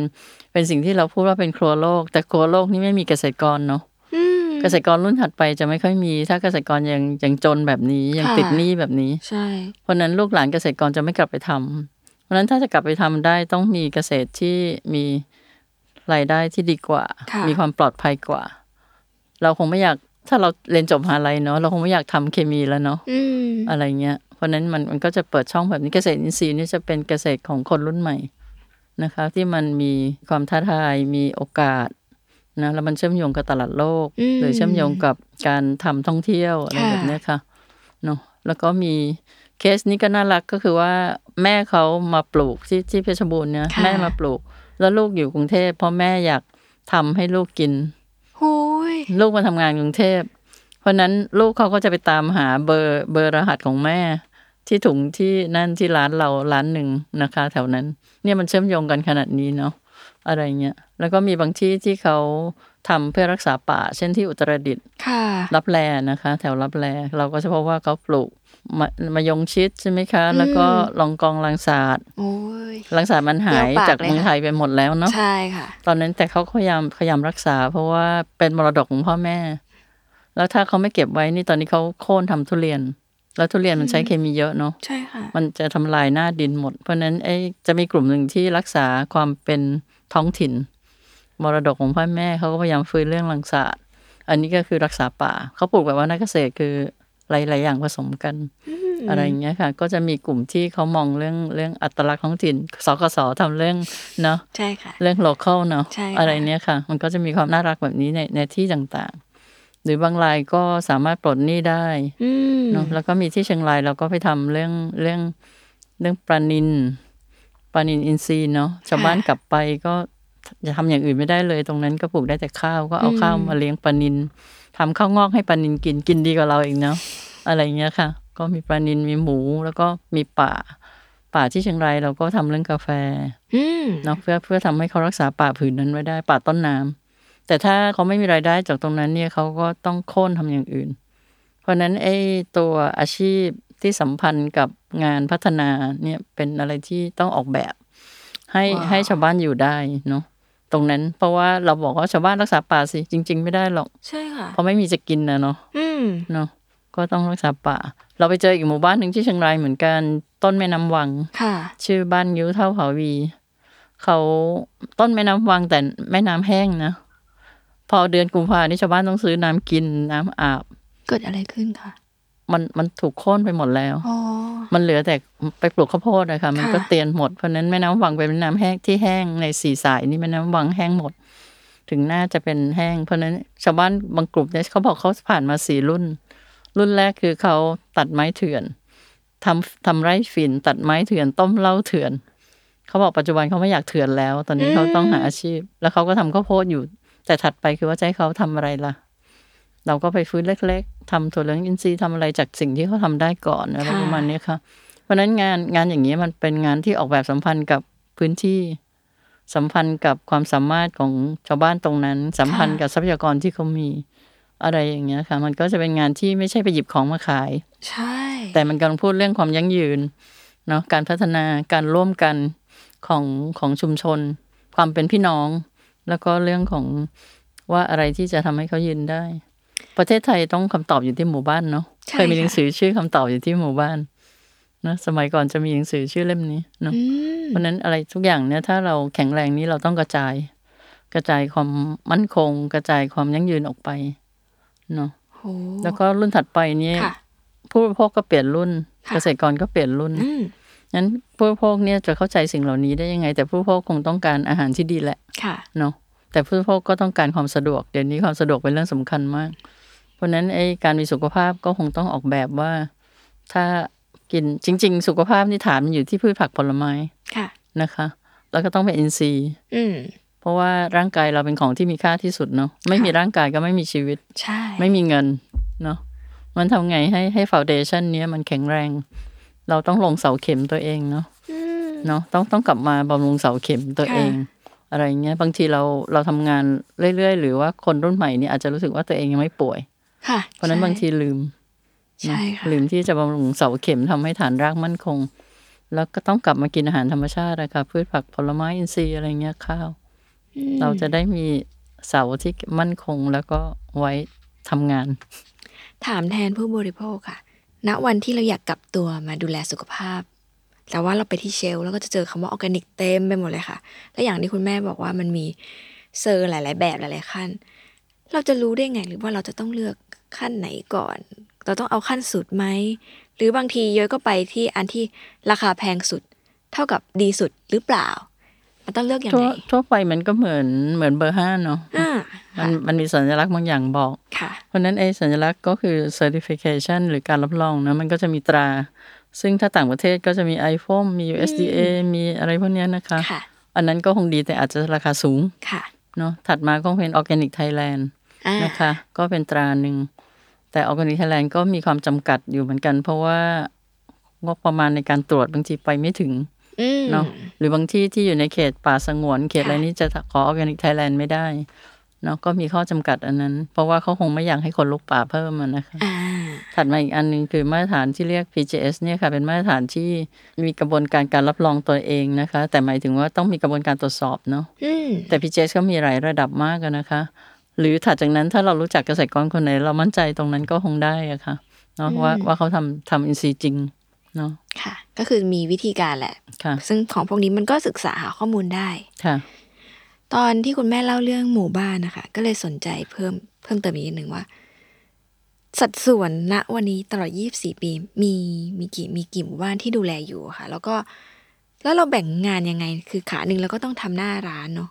เป็นสิ่งที่เราพูดว่าเป็นครัวโลก แต่ครัวโลกนี่ไม่มีเกษตรกรเนาะ
อืม
เกษตรกรรุ่นถัดไปจะไม่ค่อยมี ถ้าเกษตรกรยังยังจนแบบนี้ยัง
ค่ะ
ติดหนี้แบบนี้
ใช่
เพราะฉะนั้นลูกหลานเกษตรกรจะไม่กลับไปทำเพราะฉะนั้นถ้าจะกลับไปทำได้ต้องมีเกษตรที่มีรายได้ที่ดีกว่า
ค่ะ
มีความปลอดภัยกว่า เราคงไม่อยากถ้าเราเรียนจบมหาลัยเนาะเราคงไม่อยากทำเคมีแล้วเนาะ
อืม
อะไรเงี้ยเพราะฉะนั้นมันมันก็จะเปิดช่องแบบนี้เกษตรอินทรีย์เนี่ยจะเป็นเกษตรของคนรุ่นใหม่นะคะ ที่มันมีความท้าทายมีโอกาสนะแล้วมันเชื่อมโยงกับตลาดโลก
อืม
หรือเชื่อมโยงกับการทำท่องเที่ยวอะไรแบบเนี้ยค่ะเนาะแล้วก็มีเคสนี้ก็น่ารักก็คือว่าแม่เขามาปลูกที่ที่เพชรบูรณ์เนี่ย
ค่ะ
แม่มาปลูก แล้วลูกอยู่กรุงเทพเพราะแม่อยากทำให้ลูกกิน
หูย
ลูกมาทำงานกรุงเทพ เพราะฉะนั้นลูกเขาก็จะไปตามหาเบอร์เบอร์รหัสของแม่ ที่ถุงที่นั่นที่ร้านเราร้านหนึ่งนะคะ แถวนั้น เนี่ยมันเชื่อมโยงกันขนาดนี้เนาะอะไรเงี้ยแล้วก็มีบางที่ที่เขาทำเพื่อรักษาป่า เช่นที่อุตรดิตถ์
ค่ะ
รับแลนะคะ แถวรับแลเราก็จะพบว่าเขาปลูกมะมายงชิดใช่ไหมคะ แล้วก็ลองกองลังสาด
โอ้ย
ลังสาดมันหาย
เปรี้ยวปาก
จาก
เลย
เมือง
ค่ะ
ไทยไปหมดแล้วเนาะ
ใช่ค่ะ
ตอนนั้นแต่เขาพยายามพยายามรักษา เพราะว่าเป็นมรดกของพ่อแม่ แล้วถ้าเขาไม่เก็บไว้นี่ตอนนี้เขาโค่นทำทุเรียน แล้วทุเรียนมันใช้เคมีเยอะเนาะ
ใช่ค่ะ
มันจะทำลายหน้าดินหมด เพราะฉะนั้นไอ้จะมีกลุ่มหนึ่งที่รักษาความเป็นท้องถิ่น มรดกของพ่อแม่เขาก็พยายามฟื้นเรื่องลังสาดอันนี้ก็คือรักษาป่าเขาปลูกแบบว่านักเกษตรคือหลายๆอย่างผสมกัน อะไรอย่างเงี้ยค่ะ ก็จะมีกลุ่มที่เขามองเรื่องเรื่องอัตลักษณ์ท้องถิ่นสกสทำเรื่องเนาะ
ใช่ค่ะ
เรื่อง local เนอะ
ใช่ค่ะ
อะไรเนี้ยค่ะ มันก็จะมีความน่ารักแบบนี้ในในที่ต่างๆ หรือบางรายก็สามารถปลดหนี้ได้
อืม
เนอะแล้วก็มีที่เชียงรายเราก็ไปทำเรื่องเรื่องเรื่องปลานินปลานินอินทรีย์เนาะชาวบ้านกลับไปก็จะทำอย่างอื่นไม่ได้เลย ตรงนั้นก็ปลูกได้แต่ข้าวก็เอาข้าวมาเลี้ยงปลานินทำข้าวงอกให้ปลานินกินกินดีกว่าเราเองเนาะอะไรเงี้ยค่ะ ก็มีปลานินมีหมูแล้วก็มีป่า ป่าที่เชียงรายเราก็ทำเรื่องกาแฟ
อืม
เนาะเพื่อเพื่อทำให้เขารักษาป่าผืนนั้นไว้ได้ป่าต้นน้ำแต่ถ้าเขาไม่มีรายได้จากตรงนั้นเนี่ยเขาก็ต้องโค่นทำอย่างอื่น เพราะฉะนั้นไอ้ตัวอาชีพที่สัมพันธ์กับงานพัฒนาเนี่ยเป็นอะไรที่ต้องออกแบบ ให้
ว้าว
ให้ชาวบ้านอยู่ได้เนาะตรงนั้นเพราะว่าเราบอกว่าชาวบ้านรักษาป่าสิจริง ๆ ไม่ได้หรอก
ใช่ค่ะ
เพราะไม่มีจะกินนะเนาะ
อืม
เนาะก็ต้องรักษาป่า เราไปเจออีกหมู่บ้านหนึ่งที่เชียงรายเหมือนกันต้นแม่น้ำวัง
ค่ะ
ชื่อบ้านยิ้วเท่าผาวี เขาต้นแม่น้ำวังแต่แม่น้ำแห้งนะ พอเดือนกุมภานี่ชาวบ้านต้องซื้อน้ำกินน้ำอาบ
เกิดอะไรขึ้นคะ
มันมันถูกโค่นไปหมดแล้ว
อ๋อ
มันเหลือแต่ไปปลูกข้าวโพดนะคะมันก็
ค่ะ
เตียนหมดเพราะฉะนั้นแม่น้ำวังเป็นแม่น้ำแห้งที่แห้งในสี่สายนี่แม่น้ำวังแห้งหมด ถึงน่าจะเป็นแห้ง เพราะฉะนั้นชาวบ้านบางกลุ่มเนี่ยเขาบอกเขาผ่านมาสี่รุ่น รุ่นแรกคือเขาตัดไม้เถื่อนทำทำไร่ฝิ่น ตัดไม้เถื่อนต้มเหล้าเถื่อนเขาบอกปัจจุบันเขาไม่อยากเถื่อนแล้ว ตอนนี้เขาต้องหาอาชีพ แล้วเขาก็ทำข้าวโพดอยู่ แต่ถัดไปคือว่าจะให้เขาทำอะไรล่ะ เราก็ไปฟื้นเล็ก ๆทำถั่วเหลืองอินทรีย์ทำอะไรจากสิ่งที่เขาทำได้ก่อนอะไร
ค่ะ
ประมาณเนี้ยค่ะ เพราะฉะนั้นงานงานอย่างนี้ยมันเป็นงานที่ออกแบบสัมพันธ์กับพื้นที่ สัมพันธ์กับความสามารถของชาวบ้านตรงนั้น สัมพันธ์กับทรัพยากรที่เขามีอะไรอย่างเงี้ยค่ะ มันก็จะเป็นงานที่ไม่ใช่ไปหยิบของมาขาย
ใช่
แต่มันกำลังพูดเรื่องความยั่งยืนเนาะการพัฒนาการร่วมกันของของชุมชน ความเป็นพี่น้อง แล้วก็เรื่องของว่าอะไรที่จะทำให้เขายืนได้ ประเทศไทยต้องคำตอบอยู่ที่หมู่บ้านเนาะเคยมีหนังสือชื่อคำตอบอยู่ที่หมู่บ้านเนอะสมัยก่อนจะมีหนังสือชื่อเล่มนี้เนาะ
อืม
เพราะฉะนั้นอะไรทุกอย่างเนี่ยถ้าเราแข็งแรงนี้เราต้องกระจาย กระจายความมั่นคง กระจายความยั่งยืนออกไปเนาะ
โห
แล้วก็รุ่นถัดไปเนี่ย
ค่ะ
ผู้บริโภคก็เปลี่ยนรุ่น
ค่ะ
เกษตรกรก็เปลี่ยนรุ่น
อืม
งั้นผู้บริโภคเนี่ยจะเข้าใจสิ่งเหล่านี้ได้ยังไง แต่ผู้บริโภคคงต้องการอาหารที่ดีแหละ
ค่ะ
เนาะแต่ผู้บริโภคก็ต้องการความสะดวกเดี๋ยวนี้ความสะดวกเป็นเรื่องสำคัญมาก เพราะฉะนั้นไอ้การมีสุขภาพก็คงต้องออกแบบว่า ถ้ากินจริง ๆ สุขภาพนี่ฐานมันอยู่ที่พืชผักผลไม้
ค่ะ
นะคะ แล้วก็ต้องเป็นอินทรีย์
อืม
เพราะว่าร่างกายเราเป็นของที่มีค่าที่สุดเนาะไม่มีร่างกายก็ไม่มีชีวิต
ใช่
ไม่มีเงินเนาะมันทำไงให้ให้ฟาวเดชันเนี้ยมันแข็งแรง เราต้องลงเสาเข็มตัวเองเนาะ
อืม
เนาะต้องต้องกลับมาบำรุงเสาเข็มตัวเอง อะไรเงี้ยบางทีเราเราทำงานเรื่อยๆ หรือว่าคนรุ่นใหม่เนี่ยอาจจะรู้สึกว่าตัวเองยังไม่ป่วย
ค่ะ
เพราะฉะนั้น
ใช่
บางทีลืม
ใช่ค่ะ
ลืมที่จะบำรุงเสาเข็มทำให้ฐานรากมั่นคง แล้วก็ต้องกลับมากินอาหารธรรมชาตินะคะพืชผักผลไม้อินทรีย์อะไรเงี้ยข้าว
อืม
เราจะได้มีเสาที่มั่นคงแล้วก็ไว้ทำงาน
ถามแทนผู้บริโภคค่ะ ณ วันที่เราอยากกลับตัวมาดูแลสุขภาพ แต่ว่าเราไปที่เชลฟ์แล้วก็จะเจอคำว่าออร์แกนิกเต็มไปหมดเลยค่ะ และอย่างที่คุณแม่บอกว่ามันมีเซอร์หลาย ๆ แบบหลาย ๆ ขั้น เราจะรู้ได้ไงหรือว่าเราจะต้องเลือกขั้นไหนก่อน เราต้องเอาขั้นสุดไหม หรือบางทีเยอะก็ไปที่อันที่ราคาแพงสุด เท่ากับดีสุดหรือเปล่า มันต้องเลือกอย่าง
ทั่ว
ไร
ทั่วไปมันก็เหมือนเหมือนเบอร์ห้าเนาะ
อ่า
มันมันมีสัญลักษณ์บางอย่างบอก
ค่ะ
เพราะฉะนั้นไอ้สัญลักษณ์ก็คือ certification หรือการรับรองนะมันก็จะมีตรา ซึ่งถ้าต่างประเทศก็จะมี iPhone มี USDA มีอะไรพวกเนี้ยนะคะ
ค่ะ
อันนั้นก็คงดีแต่อาจจะราคาสูง
ค่ะ
เนาะถัดมาก็เป็นออร์แกนิกไทยแลนด์
อ่า
นะคะ ก็เป็นตราหนึ่ง แต่ออร์แกนิกไทยแลนด์ก็มีความจำกัดอยู่เหมือนกัน เพราะว่างบประมาณในการตรวจบางทีไปไม่ถึง
อืม
เนาะหรือบางที่ที่อยู่ในเขตป่าสงวน เขต
ค่ะ
อะไรนี้จะขอออร์แกนิกไทยแลนด์ไม่ได้เนาะก็มีข้อจำกัดอันนั้น เพราะว่าเขาคงไม่อยากให้คนลุกป่าเพิ่มอะนะคะ
อ่า
ถัดมาอีกอันหนึงคือมาตรฐานที่เรียก PGS เนี่ยค่ะเป็นมาตรฐานที่มีกระบวนการการรับรองตัวเองนะคะ แต่หมายถึงว่าต้องมีกระบวนการตรวจสอบเนาะ
อืม
แต่พีเจสก็มีหลายระดับมากอะนะคะ หรือถัดจากนั้นถ้าเรารู้จักเกษตรกรคนไหน เรามั่นใจตรงนั้นก็คงได้อะค่ะเนาะว่าว่าเขาทำทำอินทรีย์จริงเนาะ
ค่ะ ก็คือมีวิธีการแหละ
ค่ะ
ซึ่งของพวกนี้มันก็ศึกษาหาข้อมูลได้
ค่ะ
ตอนที่คุณแม่เล่าเรื่องหมู่บ้านนะคะ ก็เลยสนใจเพิ่มเพิ่มเติมอีกนิดหนึ่งว่า สัดส่วนณวันนี้ตลอด 24 ปีมีมีกี่มีกี่หมู่บ้านที่ดูแลอยู่อะค่ะ แล้วก็แล้วเราแบ่งงานยังไง คือขาหนึ่งเราก็ต้องทำหน้าร้านเนาะ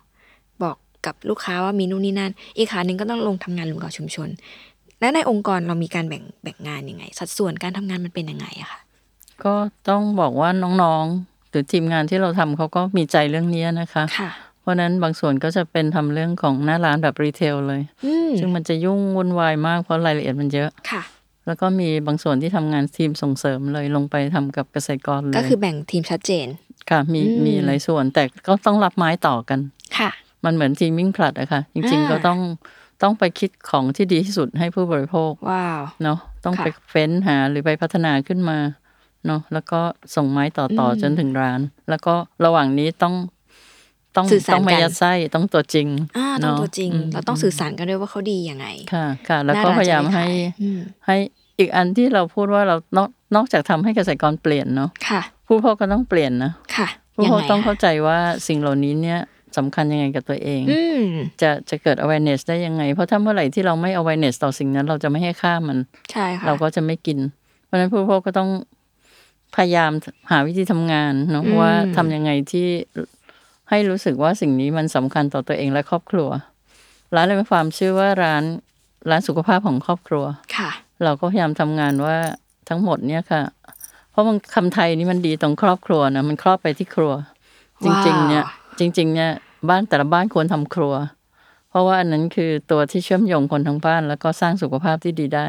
บอกกับลูกค้าว่ามีนู่นนี่นั่น อีกขาหนึ่งก็ต้องลงทำงานรวมกับชุมชน และในองค์กรเรามีการแบ่งแบ่งงานยังไง สัดส่วนการทำงานมันเป็นยังไงอะค่ะ
ก็ต้องบอกว่าน้องๆ หรือทีมงานที่เราทำเขาก็มีใจเรื่องนี้นะคะ
ค่ะ
เพราะฉะนั้นบางส่วนก็จะเป็นทำเรื่องของหน้าร้านแบบรีเทลเลย
อืม
ซึ่งมันจะยุ่งวุ่นวายมากเพราะรายละเอียดมันเยอะ
ค่ะ
แล้วก็มีบางส่วนที่ทำงานทีมส่งเสริมเลยลงไปทำกับเกษตรกรเลย
ก็คือแบ่งทีมชัดเจน
ค่ะมีมีหลายส่วนแต่ก็ต้องรับไม้ต่อกัน
ค่ะ
มันเหมือนทีมวิ่งผลัดอะค่ะ จริง
อ่า
ๆก็ต้องต้องไปคิดของที่ดีที่สุดให้ผู้บริโภค
ว้าว
เนาะต้อง
ค่ะ
ไปเฟ้นหาหรือไปพัฒนาขึ้นมาเนาะแล้วก็ส่งไม้ต่อต่อจนถึงร้าน แล้วก็ระหว่างนี้ต้องต้อง
สื่อสาร
ต้องไม่
กัน
ยัดไส้ต้องตัวจริง
อ่าต้อง
เนะ
ตัวจริง
อืม
เราต้องสื่อสารกันด้วยว่าเขาดียังไง
ค่ะค่ะ แล้ว
หน้
ก็
ร้น
พยายาม
จะได้ข
ให้
อืม
ให้อีกอันที่เราพูดว่าเรานอกนอกจากทำให้เกษตรกรเปลี่ยนเนาะ
ค่ะ
ผู้บริโภคก็ต้องเปลี่ยนนะ
ค่ะ
ผู้บ
ยัง
ริโภค
ไง
ต้องเข้า
คะ
ใจว่าสิ่งเหล่านี้เนี่ย สำคัญยังไงกับตัวเอง
อืม
จะจะเกิด awareness ได้ยังไง เพราะถ้าเมื่อไหร่ที่เราไม่ awareness ต่อสิ่งนั้น เราจะไม่ให้ค่ามัน
ใช่ค่ะ
เราก็จะไม่กิน เพราะฉะนั้นผู้บริโภคก็ต้องพยายามหาวิธีทำงานเนาะ
อืม
ว่าทำยังไงที่ให้รู้สึกว่าสิ่งนี้มันสำคัญต่อตัวเองและครอบครัว ร้านเลยมีความชื่อว่าร้านร้านสุขภาพของครอบครัว
ค่ะ
เราก็พยายามทำงานว่าทั้งหมดเนี่ยค่ะ เพราะมันคำไทยนี่มันดีตรงครอบครัวนะมันครอบไปที่ครัว จ
ว้าว
ริง ๆ เนี่ย จริง ๆ เนี่ย บ้านแต่ละบ้านควรทำครัว เพราะว่าอันนั้นคือตัวที่เชื่อมโยงคนทั้งบ้าน แล้วก็สร้างสุขภาพที่ดีได้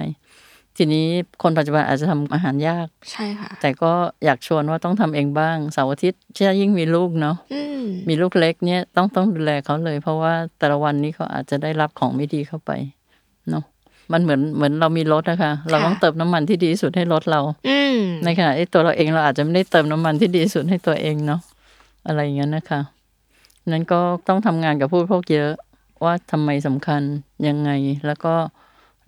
ทีนี้คนปัจจุบันอาจจะทำอาหารยาก
ใช่ค่ะ
แต่ก็อยากชวนว่าต้องทำเองบ้างเสาร์อาทิตย์ถ้ายิ่งมีลูกเนาะ
อืม
มีลูกเล็กเนี่ยต้องต้องดูแลเขาเลย เพราะว่าแต่ละวันนี้เขาอาจจะได้รับของไม่ดีเข้าไปเนาะมันเหมือนเหมือนเรามีรถนะคะเราต้องเติมน้ำมันที่ดีที่สุดให้รถเรา
อืม
ในขณะที่ตัวเราเองเราอาจจะไม่ได้เติมน้ำมันที่ดีสุดให้ตัวเองเนาะอะไรอย่างนั้นนะคะ นั้นก็ต้องทำงานกับผู้บริโภคเยอะว่าทำไมสำคัญยังไง แล้วก็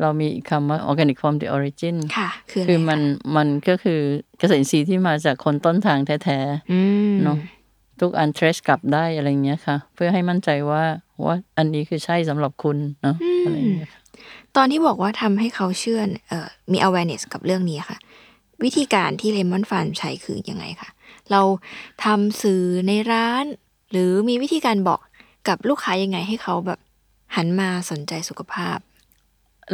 เรามีอีกคำว่า organic from the origin
ค่ะ คืออะไร
คือมันมันก็คือเกษตรอินทรีย์ที่มาจากคนต้นทางแท้
อืม
เนอะ ๆ ทุกอันเทรสกลับได้อะไรอย่างเงี้ยค่ะ เพื่อให้มั่นใจว่าว่าอันนี้คือใช่สำหรับคุณเนาะอะไรอย่างเงี้ยค่ะ
ตอนที่บอกว่าทำให้เขาเชื่อเอ่อมี awareness กับเรื่องนี้ค่ะ วิธีการที่ Lemon Farm ใช้คือยังไงคะเราทำสื่อในร้าน หรือมีวิธีการบอกกับลูกค้ายังไงให้เขาแบบหันมาสนใจสุขภาพ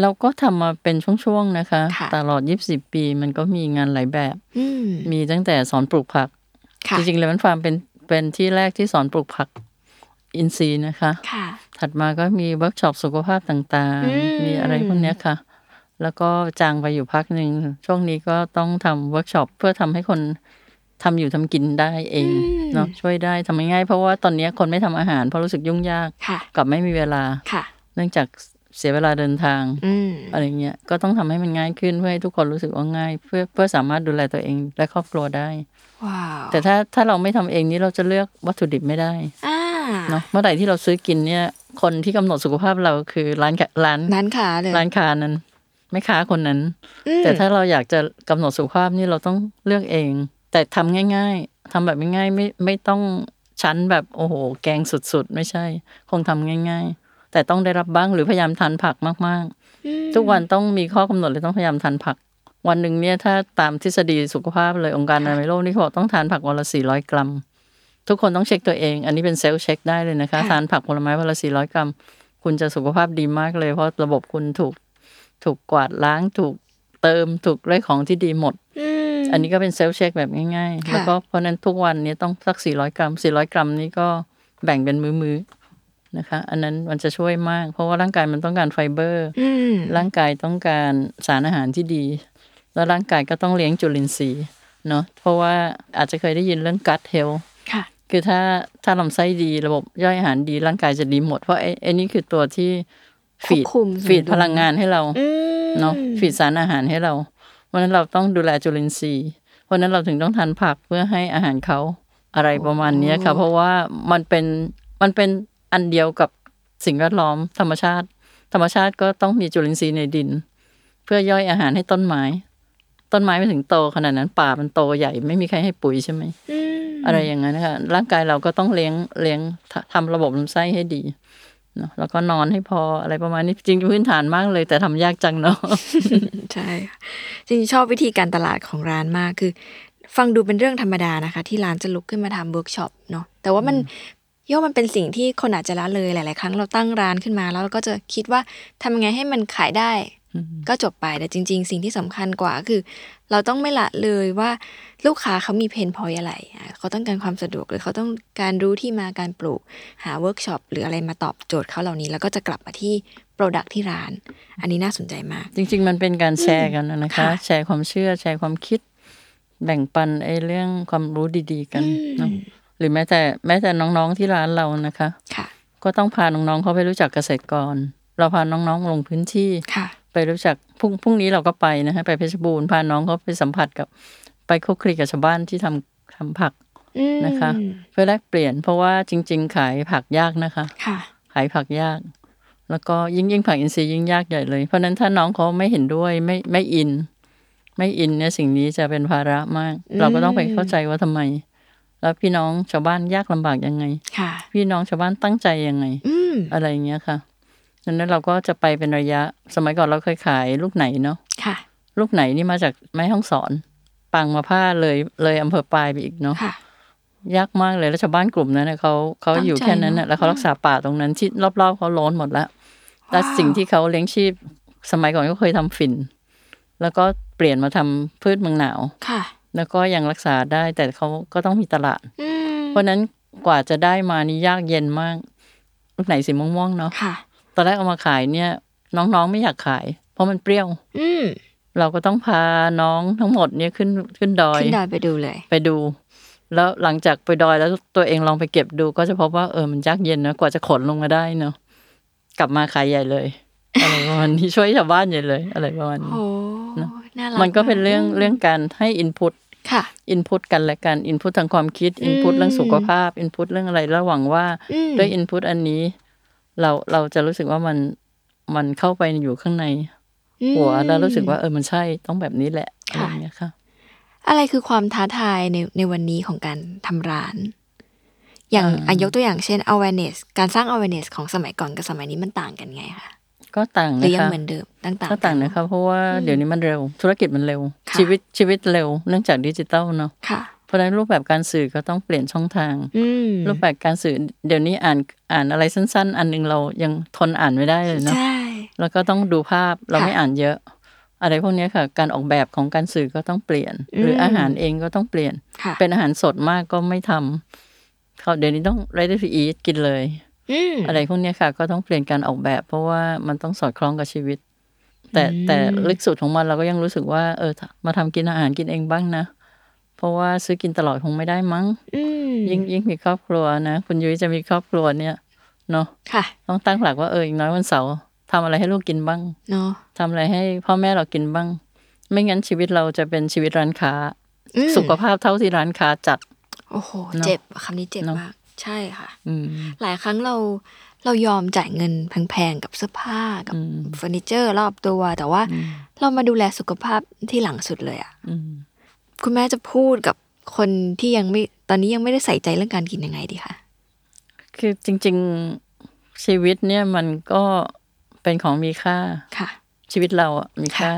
เราก็ทำมาเป็นช่วงๆนะคะ
ค่ะ
ตลอด 20 ปีมันก็มีงานหลายแบบ
อืม
มีตั้งแต่สอนปลูกผัก
ค่ะ
จริงๆเลยมันฟาร์มเป็นเป็นที่แรกที่สอนปลูกผักอินทรีย์นะคะ
ค่ะ
ถัดมาก็มีเวิร์กช็อปสุขภาพต่าง
อืม
ๆ มีอะไรพวกเนี้ยค่ะ แล้วก็จางไปอยู่พักหนึ่ง ช่วงนี้ก็ต้องทำเวิร์กช็อปเพื่อทำให้คนทำอยู่ทำกินได้เองเนาะช่วยได้ทำง่ายๆเพราะว่าตอนเนี้ยคนไม่ทำอาหารเพราะรู้สึกยุ่งยาก
ค่ะ
กับไม่มีเวลา
ค่ะ
เนื่องจากเสียเวลาเดินทาง
อืม
อะไรเงี้ย ก็ต้องทำให้มันง่ายขึ้นเพื่อให้ทุกคนรู้สึกว่าง่าย เพื่อเพื่อสามารถดูแลตัวเองและครอบครัวได้
ว้าว
แต่ถ้าถ้าเราไม่ทำเองนี้เราจะเลือกวัตถุดิบไม่ได้
อ่า
เนาะเมื่อไหร่ที่เราซื้อกินเนี่ย คนที่กำหนดสุขภาพเราคือร้านค้าร้าน
นั้นค่ะเลย
ร้านค้านั้นไม่ค้าคนนั้น
อืม
แต่ถ้าเราอยากจะกำหนดสุขภาพนี่เราต้องเลือกเอง แต่ทำง่ายๆทำแบบง่ายๆไม่ไม่ต้องชั้นแบบโอ้โห แกงสุดๆ ไม่ใช่ คงทำง่าย ๆ แต่ต้องได้รับบ้างหรือพยายามทานผักมากๆ ทุกวันต้องมีข้อกำหนดเลยต้องพยายามทานผัก วันหนึ่งเนี่ยถ้าตามทฤษฎีสุขภาพเลยองค์การอนามัยโลกนี่เขาบอกต้องทานผักวันละ400 กรัม ทุกคนต้องเช็คตัวเอง อันนี้เป็นเซลล์เช็คได้เลยนะคะทานผักผลไม้วันละ400 กรัม คุณจะสุขภาพดีมากเลย เพราะระบบคุณถูกถูกกวาดล้างถูกเติมถูกได้ของที่ดีหมด
อืม
อันนี้ก็เป็นเซลล์เช็คแบบง่ายๆ
ค่ะ
แล้วก็เพราะฉะนั้นทุกวันนี้ต้องสัก 400 กรัม 400 กรัมนี้ก็แบ่งเป็นมื้อๆนะคะ อันนั้นมันจะช่วยมาก เพราะว่าร่างกายมันต้องการไฟเบอร์
อืม
ร่างกายต้องการสารอาหารที่ดี แล้วร่างกายก็ต้องเลี้ยงจุลินทรีย์เนาะ เพราะว่าอาจจะเคยได้ยินเรื่อง gut health
ค่ะ
คือถ้าถ้าลำไส้ดีระบบย่อยอาหารดีร่างกายจะดีหมด เพราะไอ้ไอ้นี่คือตัวที่ฟี
ควบ
ด
คุมสมดุล
ฟีดพลังงานให้เรา
อืม
เนาะฟีดสารอาหารให้เรา เพราะฉะนั้นเราต้องดูแลจุลินทรีย์ เพราะฉะนั้นเราถึงต้องทานผักเพื่อให้อาหารเขาอะไรประมาณเนี้ยค่ะ เพราะว่ามันเป็นมันเป็นอันเดียวกับสิ่งแวดล้อมธรรมชาติ ธรรมชาติก็ต้องมีจุลินทรีย์ในดิน เพื่อย่อยอาหารให้ต้นไม้ ต้นไม้ไม่ถึงโตขนาดนั้นป่ามันโตใหญ่ไม่มีใครให้ปุ๋ยใช่ไหม อะไรอย่างนั้นนะคะร่างกายเราก็ต้องเลี้ยงเลี้ยงทำทำระบบลำไส้ให้ดีเนอะแล้วก็นอนให้พออะไรประมาณนี้จริงๆพื้นฐานมากเลย แต่ทำยากจังเนาะ
ใช่ค่ะจริงๆชอบวิธีการตลาดของร้านมากคือ ฟังดูเป็นเรื่องธรรมดานะคะ ที่ร้านจะลุกขึ้นมาทำเวิร์กช็อปเนาะแต่ว่ามันย่อมมันเป็นสิ่งที่คนอาจจะละเลยหลาย ๆ ครั้งเราตั้งร้านขึ้นมาแล้วเราก็จะคิดว่าทำยังไงให้มันขายได้ ก็จบไปแต่จริง ๆ สิ่งที่สำคัญกว่าคือ เราต้องไม่ละเลยว่าลูกค้าเขามีเพนพอยอะไรอ่ะเขาต้องการความสะดวกหรือเขาต้องการรู้ที่มาการปลูก หาเวิร์กช็อปหรืออะไรมาตอบโจทย์เขาเหล่านี้ แล้วก็จะกลับมาที่โปรดักที่ร้าน อันนี้น่าสนใจมาก
จริง ๆ มันเป็นการแชร์กันนะนะคะ
ค่ะ
แชร์ความเชื่อ แชร์ความคิด แบ่งปันไอ้เรื่องความรู้ดีๆ กันเนอะหรือแม้แต่แม้แต่น้องๆที่ร้านเรานะคะ
ค่ะ
ก็ต้องพาน้องๆเขาไปรู้จักเกษตรกร เราพาน้องๆลงพื้นที่
ค่ะ
ไปรู้จักพรุ่งพรุ่งนี้เราก็ไปนะฮะไปเพชรบูรณ์พาน้องเขาไปสัมผัสกับ ไปคลุกคลีกับชาวบ้านที่ทำทำผัก
อืม
นะคะ เพื่อแลกเปลี่ยนเพราะว่าจริง ๆ ขายผักยากนะคะ
ค่ะ
ขายผักยาก แล้วก็ยิ่งยิ่งผักอินทรีย์ยิ่งยากใหญ่เลย เพราะฉะนั้นถ้าน้องเขาไม่เห็นด้วยไม่ไม่อิน ไม่อินเนี่ยสิ่งนี้จะเป็นภาระมาก เราก็ต้องไปเข้าใจว่าทำไม แล้วพี่น้องชาวบ้านยากลำบากยังไง
ค่ะ
พี่น้องชาวบ้านตั้งใจยังไง
อืม
อะไรอย่างเงี้ยค่ะดังนั้นเราก็จะไปเป็นระยะ สมัยก่อนเราเคยขายลูกไหนเนาะ
ค่ะ
ลูกไหนนี่มาจากแม่ห้องสอน ปังมาผ้าเลยเลยอำเภอปลายไปอีกเนาะ
ค่ะ
ยากมากเลยแล้วชาวบ้านกลุ่มนั้นน่ะเขาเขา
ตั้งใจ
อยู่แค่นั้นน่ะ
เนอะ
แล้วเขารักษาป่าตรงนั้นที่รอบๆเขาล้นหมดแล้วแต่
ว้าว
สิ่งที่เขาเลี้ยงชีพ สมัยก่อนก็เคยทำฝิ่น แล้วก็เปลี่ยนมาทำพืชเมืองหนาว
ค่ะ
แล้วก็ยังรักษาได้แต่เขาก็ต้องมีตลาด
อืม
เพราะฉะนั้นกว่าจะได้มานี่ยากเย็นมากลูกไหนสีม่วงๆเนาะ
ค่ะ
ตอนแรกเอามาขายเนี่ย น้องๆไม่อยากขาย เพราะมันเปรี้ยว
อืม
เราก็ต้องพาน้องทั้งหมดเนี่ยขึ้นขึ้นดอย
ขึ้นดอยไปดูเลย
ไปดู แล้วหลังจากไปดอยแล้วตัวเองลองไปเก็บดู ก็จะพบว่าเออมันยากเย็นนะกว่าจะขนลงมาได้เนาะกลับมาขายใหญ่เลยอะไรประมาณนี้ช่ วยชาวบ้านใหญ่เลย อะไรประมาณ
โอ้
นี้
น่ารัก
มันก็เป็นเรื่อง
ม
เรื่องการให้อินพุต
ค่ะ
อินพุตกันและกันอินพุตทางความคิดอินพุต
อืม
เรื่องสุขภาพอินพุตเรื่องอะไรแล้วหวังว่า
อืม
ด้วยอินพุตอันนี้ เราเราจะรู้สึกว่ามันมันเข้าไปอยู่ข้างในหัว
อืม
แล้วรู้สึกว่าเออมันใช่ต้องแบบนี้แหละอะไรอย่างเงี้ยค่ะ
อะไรคือความท้าทายในในวันนี้ของการทำร้าน อย่าง
อ่า
อ่ะยกตัวอย่างเช่น awareness การสร้าง awareness ของสมัยก่อนกับสมัยนี้มันต่างกันไงคะ
ก็ต่าง
ห
นะคะ
รือยังเหมือนเดิมต่างๆ
ก็ต่างนะครับเพราะว่า
อืม
เดี๋ยวนี้มันเร็ว ธุรกิจมันเร็ว
ค่ะ
ชีวิตชีวิตเร็วเนื่องจากดิจิตอลเนาะ
ค่ะ
เพราะฉะนั้นรูปแบบการสื่อก็ต้องเปลี่ยนช่องทาง
อืม
รูปแบบการสื่อเดี๋ยวนี้อ่านอ่านอะไรสั้น ๆ อันหนึงเรายังทนอ่านไม่ได้เลยเนาะ
ใช่
แล้วก็ต้องดูภาพเรา
ค่ะ
ไม่อ่านเยอะ อะไรพวกเนี้ยค่ะ การออกแบบของการสื่อก็ต้องเปลี่ยน หรืออ
ม
อาหารเองก็ต้องเปลี่ยน
ค่ะ
เป็นอาหารสดมากก็ไม่ทำเขาเดี๋ยวนี้ต้อง ready to eat กินเลย
อืม
อะไรพวกเนี้ยค่ะก็ต้องเปลี่ยนการออกแบบ เพราะว่ามันต้องสอดคล้องกับชีวิต แต่
อืม
แต่ลึกสุดของมันเราก็ยังรู้สึกว่า เออถ้ามาทำกินอาหารกินเองบ้างนะ เพราะว่าซื้อกินตลอดคงไม่ได้มั้ง
อืม
ยิ่งยิ่งมีครอบครัวนะ คุณยุ้ยจะมีครอบครัวเนี่ยเนาะ
ค่ะ
ต้องตั้งหลักว่าเอออย่างน้อยวันเสาร์ทำอะไรให้ลูกกินบ้าง
เนาะ
ทำอะไรให้พ่อแม่เรากินบ้าง ไม่งั้นชีวิตเราจะเป็นชีวิตร้านค้า
อืม
สุขภาพเท่าที่ร้านค้าจัด
โอ้โห
เนอะ
เจ็บคำนี้เจ็บ
เนอะ
มาก ใช่ค่ะ
อืม
หลายครั้งเราเรายอมจ่ายเงินแพงๆกับเสื้อผ้ากับ
อืม
เฟอร์นิเจอร์รอบตัว แต่ว่าเรามาดูแลสุขภาพที่หลังสุดเลยอะ
อืม
คุณแม่จะพูดกับคนที่ยังไม่ตอนนี้ยังไม่ได้ใส่ใจเรื่องการกินยังไงดีคะ
คือจริงๆชีวิตเนี่ยมันก็เป็นของมีค่า
ค่ะ
ชีวิตเราอะมีค่า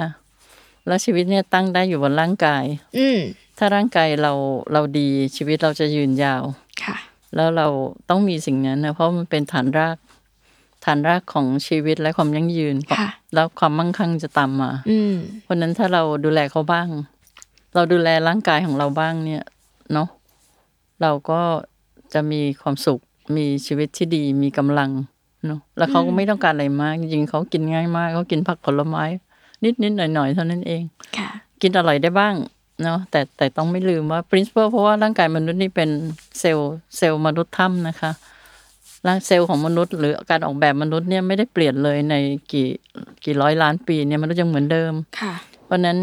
แล้วชีวิตเนี่ยตั้งได้อยู่บนร่างกาย
อืม
ถ้าร่างกายเราเราดีชีวิตเราจะยืนยาว
ค่ะ
แล้วเราต้องมีสิ่งนั้นนะเพราะมันเป็นฐานราก ฐานรากของชีวิตและความยั่งยืน
ค่ะ
แล้วความมั่งคั่งจะตามมา
อืม
เพราะฉะนั้นถ้าเราดูแลเขาบ้าง เราดูแลร่างกายของเราบ้างเนี่ยเนาะเราก็จะมีความสุข มีชีวิตที่ดีมีกำลังเนาะแล้วเขาก็ไม่ต้องการอะไรมาก จริงๆเขากินง่ายมากเขากินผักผลไม้ นิดนิดๆหน่อยหน่อยๆเท่านั้นเอง
ค่ะ
กินอร่อยได้บ้างเนาะแต่แต่ต้องไม่ลืมว่า principle เพราะว่าร่างกายมนุษย์นี่เป็นเซลล์เซลล์มนุษย์ถ้ำนะคะร่างเซลล์ของมนุษย์ หรือการออกแบบมนุษย์เนี่ยไม่ได้เปลี่ยนเลยในกี่กี่ร้อยล้านปีเนี่ยมนุษย์ยังเหมือนเดิม
ค่ะ
เพราะฉะนั้น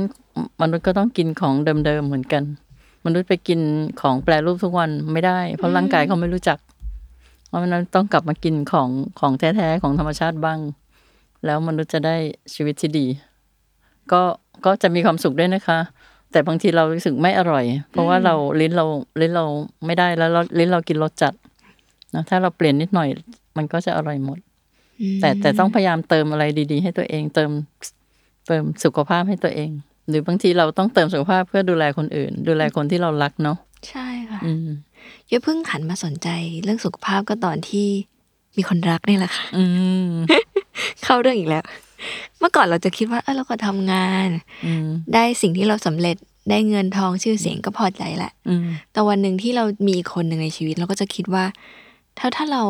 มนุษย์ก็ต้องกินของเดิมๆเหมือนกัน มนุษย์ไปกินของแปรรูปทุกวันไม่ได้ เพราะร่างกายเขาไม่รู้จัก เพราะฉะนั้นต้องกลับมากินของของแท้ๆของธรรมชาติบ้าง แล้วมนุษย์จะได้ชีวิตที่ดี ก็ก็จะมีความสุขด้วยนะคะ แต่บางทีเรารู้สึกไม่อร่อย เพราะว่าเราลิ้นเราลิ้นเราไม่ได้แล้วเราลิ้นเรากินรสจัดนะถ้าเราเปลี่ยนนิดหน่อย มันก็จะอร่อยหมด แต่แต่ต้องพยายามเติมอะไรดี ๆ ให้ตัวเองเติมเติมสุขภาพให้ตัวเอง หรือบางทีเราต้องเติมสุขภาพเพื่อดูแลคนอื่น ดูแลคนที่เรารักเนาะ
ใช่ค่ะ
อืม
อย่าเพิ่งหันมาสนใจเรื่องสุขภาพก็ตอนที่มีคนรักนี่แหละค่ะ
อืม
เข้าเรื่องอีกแล้ว เมื่อก่อนเราจะคิดว่าเออเราก็ทำงาน
อืม
ได้สิ่งที่เราสำเร็จได้เงินทองชื่อเสียงก็พอใจแหละ
อืม
แต่วันหนึ่งที่เรามีอีกคนหนึ่งในชีวิตเราก็จะคิดว่า ถ้าถ้าเรา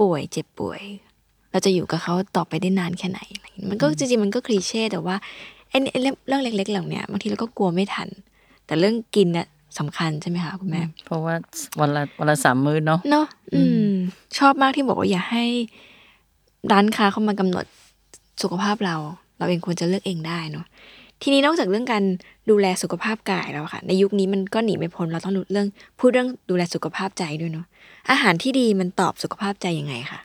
ป่วยเจ็บป่วย เราจะอยู่กับเขาต่อไปได้นานแค่ไหนอะไรอย่างเงี้ยมันก็จริงๆมันก็คลีเช่แต่ว่าไอ้นี่ไอ้เรื่องเรื่องเล็ก ๆ เหล่าเนี้ยบางทีเราก็กลัวไม่ทัน แต่เรื่องกินเนี่ยสำคัญใช่ไหมคะคุณแม่
เพราะว่าวันละวันละสามมื้อเนาะ
เนาะอืม ชอบมากที่บอกว่าอย่าให้ ร้านค้าเข้ามากำหนดสุขภาพเรา เราเองควรจะเลือกเองได้เนาะทีนี้นอกจากเรื่องการดูแลสุขภาพกายแล้วค่ะ ในยุคนี้มันก็หนีไม่พ้นเราต้องรู้เรื่องพูดเรื่องดูแลสุขภาพใจด้วยเนาะอาหารที่ดีมันตอบสุขภาพใจยังไงคะ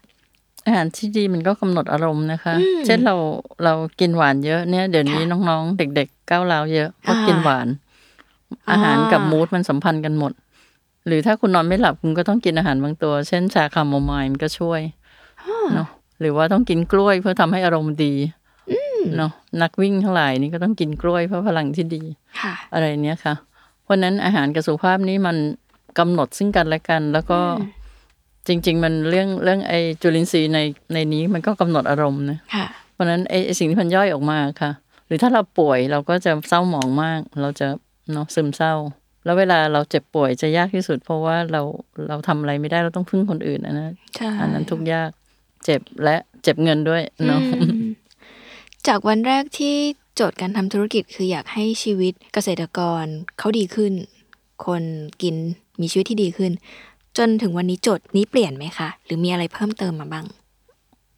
อาหารที่ดีมันก็กำหนดอารมณ์นะคะ
อืม
เช่นเราเรากินหวานเยอะเนี่ยเดี๋ยวนี้
ค่ะ
น้องๆ เด็ก ๆก้าวร้าวเยอะเพราะ
อ่ากิ
กินหวาน
อ่า
อาหารกับมูดมันสัมพันธ์กันหมด หรือถ้าคุณนอนไม่หลับคุณก็ต้องกินอาหารบางตัว เช่นชาคาโมไมล์มันก็ช่วยเนาะหรือว่าต้องกินกล้วยเพื่อทำให้อารมณ์ดีเนาะนักวิ่งทั้งหลายนี่ก็ต้องกินกล้วยเพื่อพลังที่ดี
ค่ะ
อะไรเนี้ยค่ะ เพราะฉะนั้นอาหารกับสุขภาพนี่มันกำหนดซึ่งกันและกัน แล้วก็จริง ๆ มันเรื่องเรื่องไอจุลินทรีย์ในในนี้มันก็กำหนดอารมณ์นะ
ค่ะ
เพราะฉะนั้นไอไอ้สิ่งที่มันย่อยออกมาค่ะ หรือถ้าเราป่วยเราก็จะเศร้าหมองมาก เราจะเนาะซึมเศร้า แล้วเวลาเราเจ็บป่วยจะยากที่สุด เพราะว่าเราเราทำอะไรไม่ได้เราต้องพึ่งคนอื่นอันนั้น
ใช่
อันนั้นทุกข์ยากเจ็บและเจ็บเงินด้วยเนาะ
อืมจากวันแรกที่โจทย์การทำธุรกิจคืออยากให้ชีวิตเกษตรกรเขาดีขึ้น คนกินมีชีวิตที่ดีขึ้น จนถึงวันนี้โจทย์นี้เปลี่ยนไหมคะ หรือมีอะไรเพิ่มเติมมาบ้าง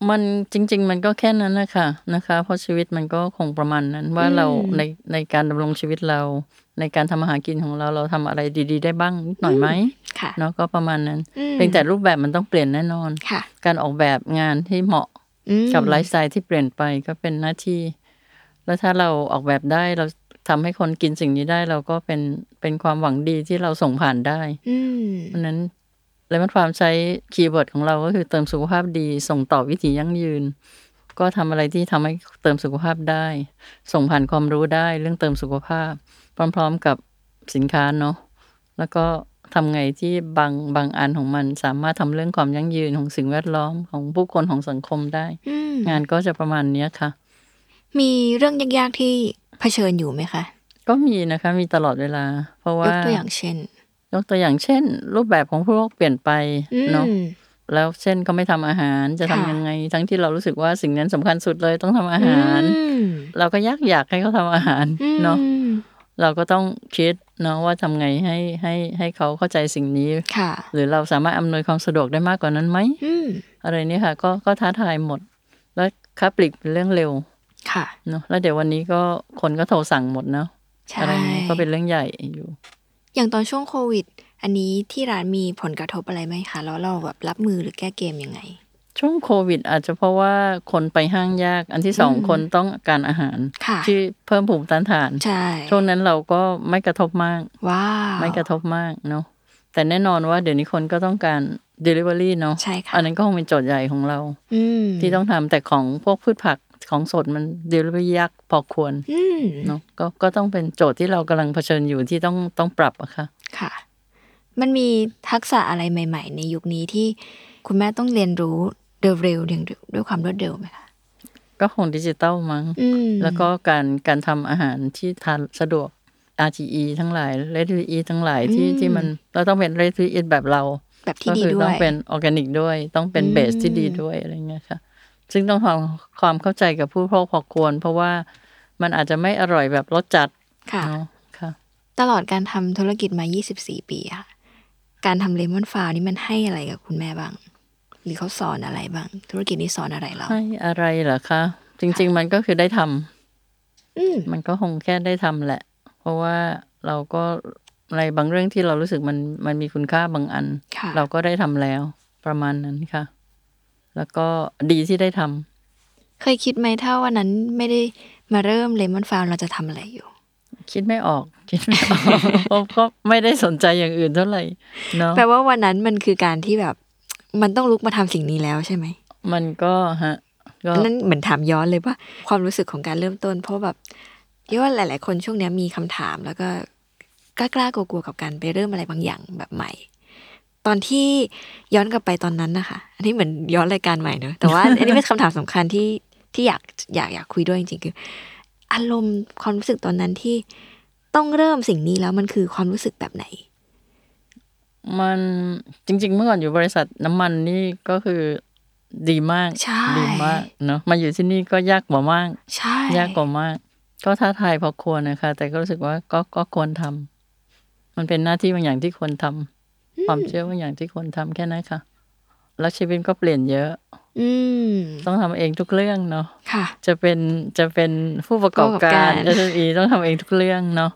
มันจริง ๆ มันก็แค่นั้นนะคะนะคะ เพราะชีวิตมันก็คงประมาณนั้น ว่าเราในในการดำรงชีวิตเรา ในการทำอาหารกินของเราเราทำอะไรดี ๆ ได้บ้างนิดหน่อยไหม
ค่ะ
เนาะก็ประมาณนั้น
อืม
เพียงแต่รูปแบบมันต้องเปลี่ยนแน่นอน
ค่ะ
การออกแบบงานที่เหมาะ
อืม
กับไลฟ์สไตล์ที่เปลี่ยนไปก็เป็นหน้าที่ แล้วถ้าเราออกแบบได้เราทำให้คนกินสิ่งนี้ได้ เราก็เป็นเป็นความหวังดีที่เราส่งผ่านได้
อืม
เพราะฉะนั้นเลมอนฟาร์มใช้คีย์เวิร์ดของเราก็คือเติมสุขภาพดี ส่งต่อวิถียั่งยืน ก็ทำอะไรที่ทำให้เติมสุขภาพได้ ส่งผ่านความรู้ได้เรื่องเติมสุขภาพ พร้อมๆกับสินค้าเนาะแล้วก็ทำไงที่บางบางอันของมันสามารถทำเรื่องความยั่งยืนของสิ่งแวดล้อมของผู้คนของสังคมได้
อืม
งานก็จะประมาณเนี้ยค่ะ
มีเรื่องยากๆที่เผชิญอยู่ไหมคะ
ก็มีนะคะมีตลอดเวลา เพราะ
ย
ว่าย
กตัวอย่างเช่น
ยกตัวอย่างเช่น รูปแบบของพวกเปลี่ยนไปเนาะ
อืม
แล้วเช่นเขาไม่ทำอาหารจะทำ
ค่ะ
ยังไง ทั้งที่เรารู้สึกว่าสิ่งนั้นสำคัญสุดเลยต้องทำอาหาร
อืม
เราก็ยักอยากให้เขาทำอาหารเนาะ
อืม
เราก็ต้องคิดเนาะว่าทำไงให้ให้ให้เขาเข้าใจสิ่งนี้
ค่ะ
หรือเราสามารถอำนวยความสะดวกได้มากกว่านั้นไหม
อืม
อะไรเนี่ยค่ะก็ก็ท้าทายหมด แล้วค้าปลีกเป็นเรื่องเร็ว
ค่ะ
เนาะแล้วเดี๋ยววันนี้ก็คนก็โทรสั่งหมดเนาะ
ใช่
อะไรอย่างนี้ก็เป็นเรื่องใหญ่อยู่
อย่างตอนช่วงโควิด อันนี้ที่ร้านมีผลกระทบอะไรไหมคะ แล้วเราแบบรับมือหรือแก้เกมยังไง
ช่วงโควิด อาจจะเพราะว่าคนไปห้างยาก อันที่สองคนต้องการอาหาร
ค่ะ
ที่เพิ่มภูมิต้านทาน
ใช่
ช่วงนั้นเราก็ไม่กระทบมาก
ว้าว
ไม่กระทบมากเนาะแต่แน่นอนว่าเดี๋ยวนี้คนก็ต้องการ Delivery เนาะ
ใช่ค่ะ
อันนั้นก็คงเป็นโจทย์ใหญ่ของเรา
อืม
ที่ต้องทำแต่ของพวกพืชผักของสดมัน Delivery ยากพอควร
อืม
เนาะก็ก็ต้องเป็นโจทย์ที่เรากำลังเผชิญอยู่ที่ต้องต้องปรับอะค่ะ
ค่ะ มันมีทักษะอะไรใหม่ ๆ ในยุคนี้ที่คุณแม่ต้องเรียนรู้เร็วๆอย่างด้วยความรวดเร็วไหมคะ
ก็คงดิจิตอลมั้ง
อืม
แล้วก็การการทำอาหารที่ทานสะดวก RTE ทั้งหลาย r e d e ทั้งหลายที่ที่มันเราต้องเป็น r e d e แบบเรา
แบบที่
ก็
ดี
คือ
ด้ว
ต้อย งเป็นออร์แกนิกด้วย ต้องเป็น
อืม
เบสที่ดีด้วยอะไรเงี้ยค่ะ ซึ่งต้องทำความเข้าใจกับผู้พกพอควร เพราะว่ามันอาจจะไม่อร่อยแบบรสจัด
ค่ะ
เนาะค่ะ
ตลอดการทำธุรกิจมา 24 ปีอะการทำเลมอนฟาวนี่มันให้อะไรกับคุณแม่บ้าง หรือเขาสอนอะไรบ้าง ธุรกิจนี้สอนอะไรเรา
ให้อะไรเหรอคะ จริง ๆ มันก็คือได้ทำ
อืม
มันก็คงแค่ได้ทำแหละ เพราะว่าเราก็ในบางเรื่องที่เรารู้สึกมันมันมีคุณค่าบางอัน
ค่ะ
เราก็ได้ทำแล้วประมาณนั้นค่ะ แล้วก็ดีที่ได้ทำ
เคยคิดไหมถ้าวันนั้นไม่ได้มาเริ่มเลมอนฟาร์มเราจะทำอะไรอยู่
คิดไม่ออกคิดไม่ออก เพราะก็ไม่ได้สนใจอย่างอื่นเท่าไหร่เนาะ
แปลว่าวันนั้นมันคือการที่แบบ มันต้องลุกมาทำสิ่งนี้แล้วใช่ไหม
มันก็ฮะก็
อันนั้นเหมือนถามย้อนเลยว่าความรู้สึกของการเริ่มต้น เพราะแบบที่ว่าหลาย ๆ คนช่วงเนี้ยมีคำถามแล้วก็กล้ากลัวกลัวๆกับการไปเริ่มอะไรบางอย่างแบบใหม่ ตอนที่ย้อนกลับไปตอนนั้นนะคะ อันนี้เหมือนย้อนรายการใหม่เนอะแต่ว่า อันนี้เป็นคำถามสำคัญที่ที่อยากอยากอยากคุยด้วยจริงๆคือ อารมณ์ความรู้สึกตอนนั้นที่ต้องเริ่มสิ่งนี้แล้วมันคือความรู้สึกแบบไหน
มันจริง ๆ เมื่อก่อนอยู่บริษัทน้ำมันนี่ก็คือดีมาก
ใช่
ดีมากเนาะมาอยู่ที่นี่ก็ยากกว่ามาก
ใช่
ยากกว่ามาก ก็ท้าทายพอควรนะคะ แต่ก็รู้สึกว่าก็ก็ควรทำมันเป็นหน้าที่บางอย่างที่ควรทำความเชื่อบางอย่างที่ควรทำแค่นั้นค่ะ แล้วชีวิตก็เปลี่ยนเยอะ
อืม
ต้องทำเองทุกเรื่องเนาะ
ค่ะ
จะเป็นจะเป็นผู้ประกอบ
ผู้ประกอบกา
การ ร SME ต้องทำเองทุกเรื่องเนาะ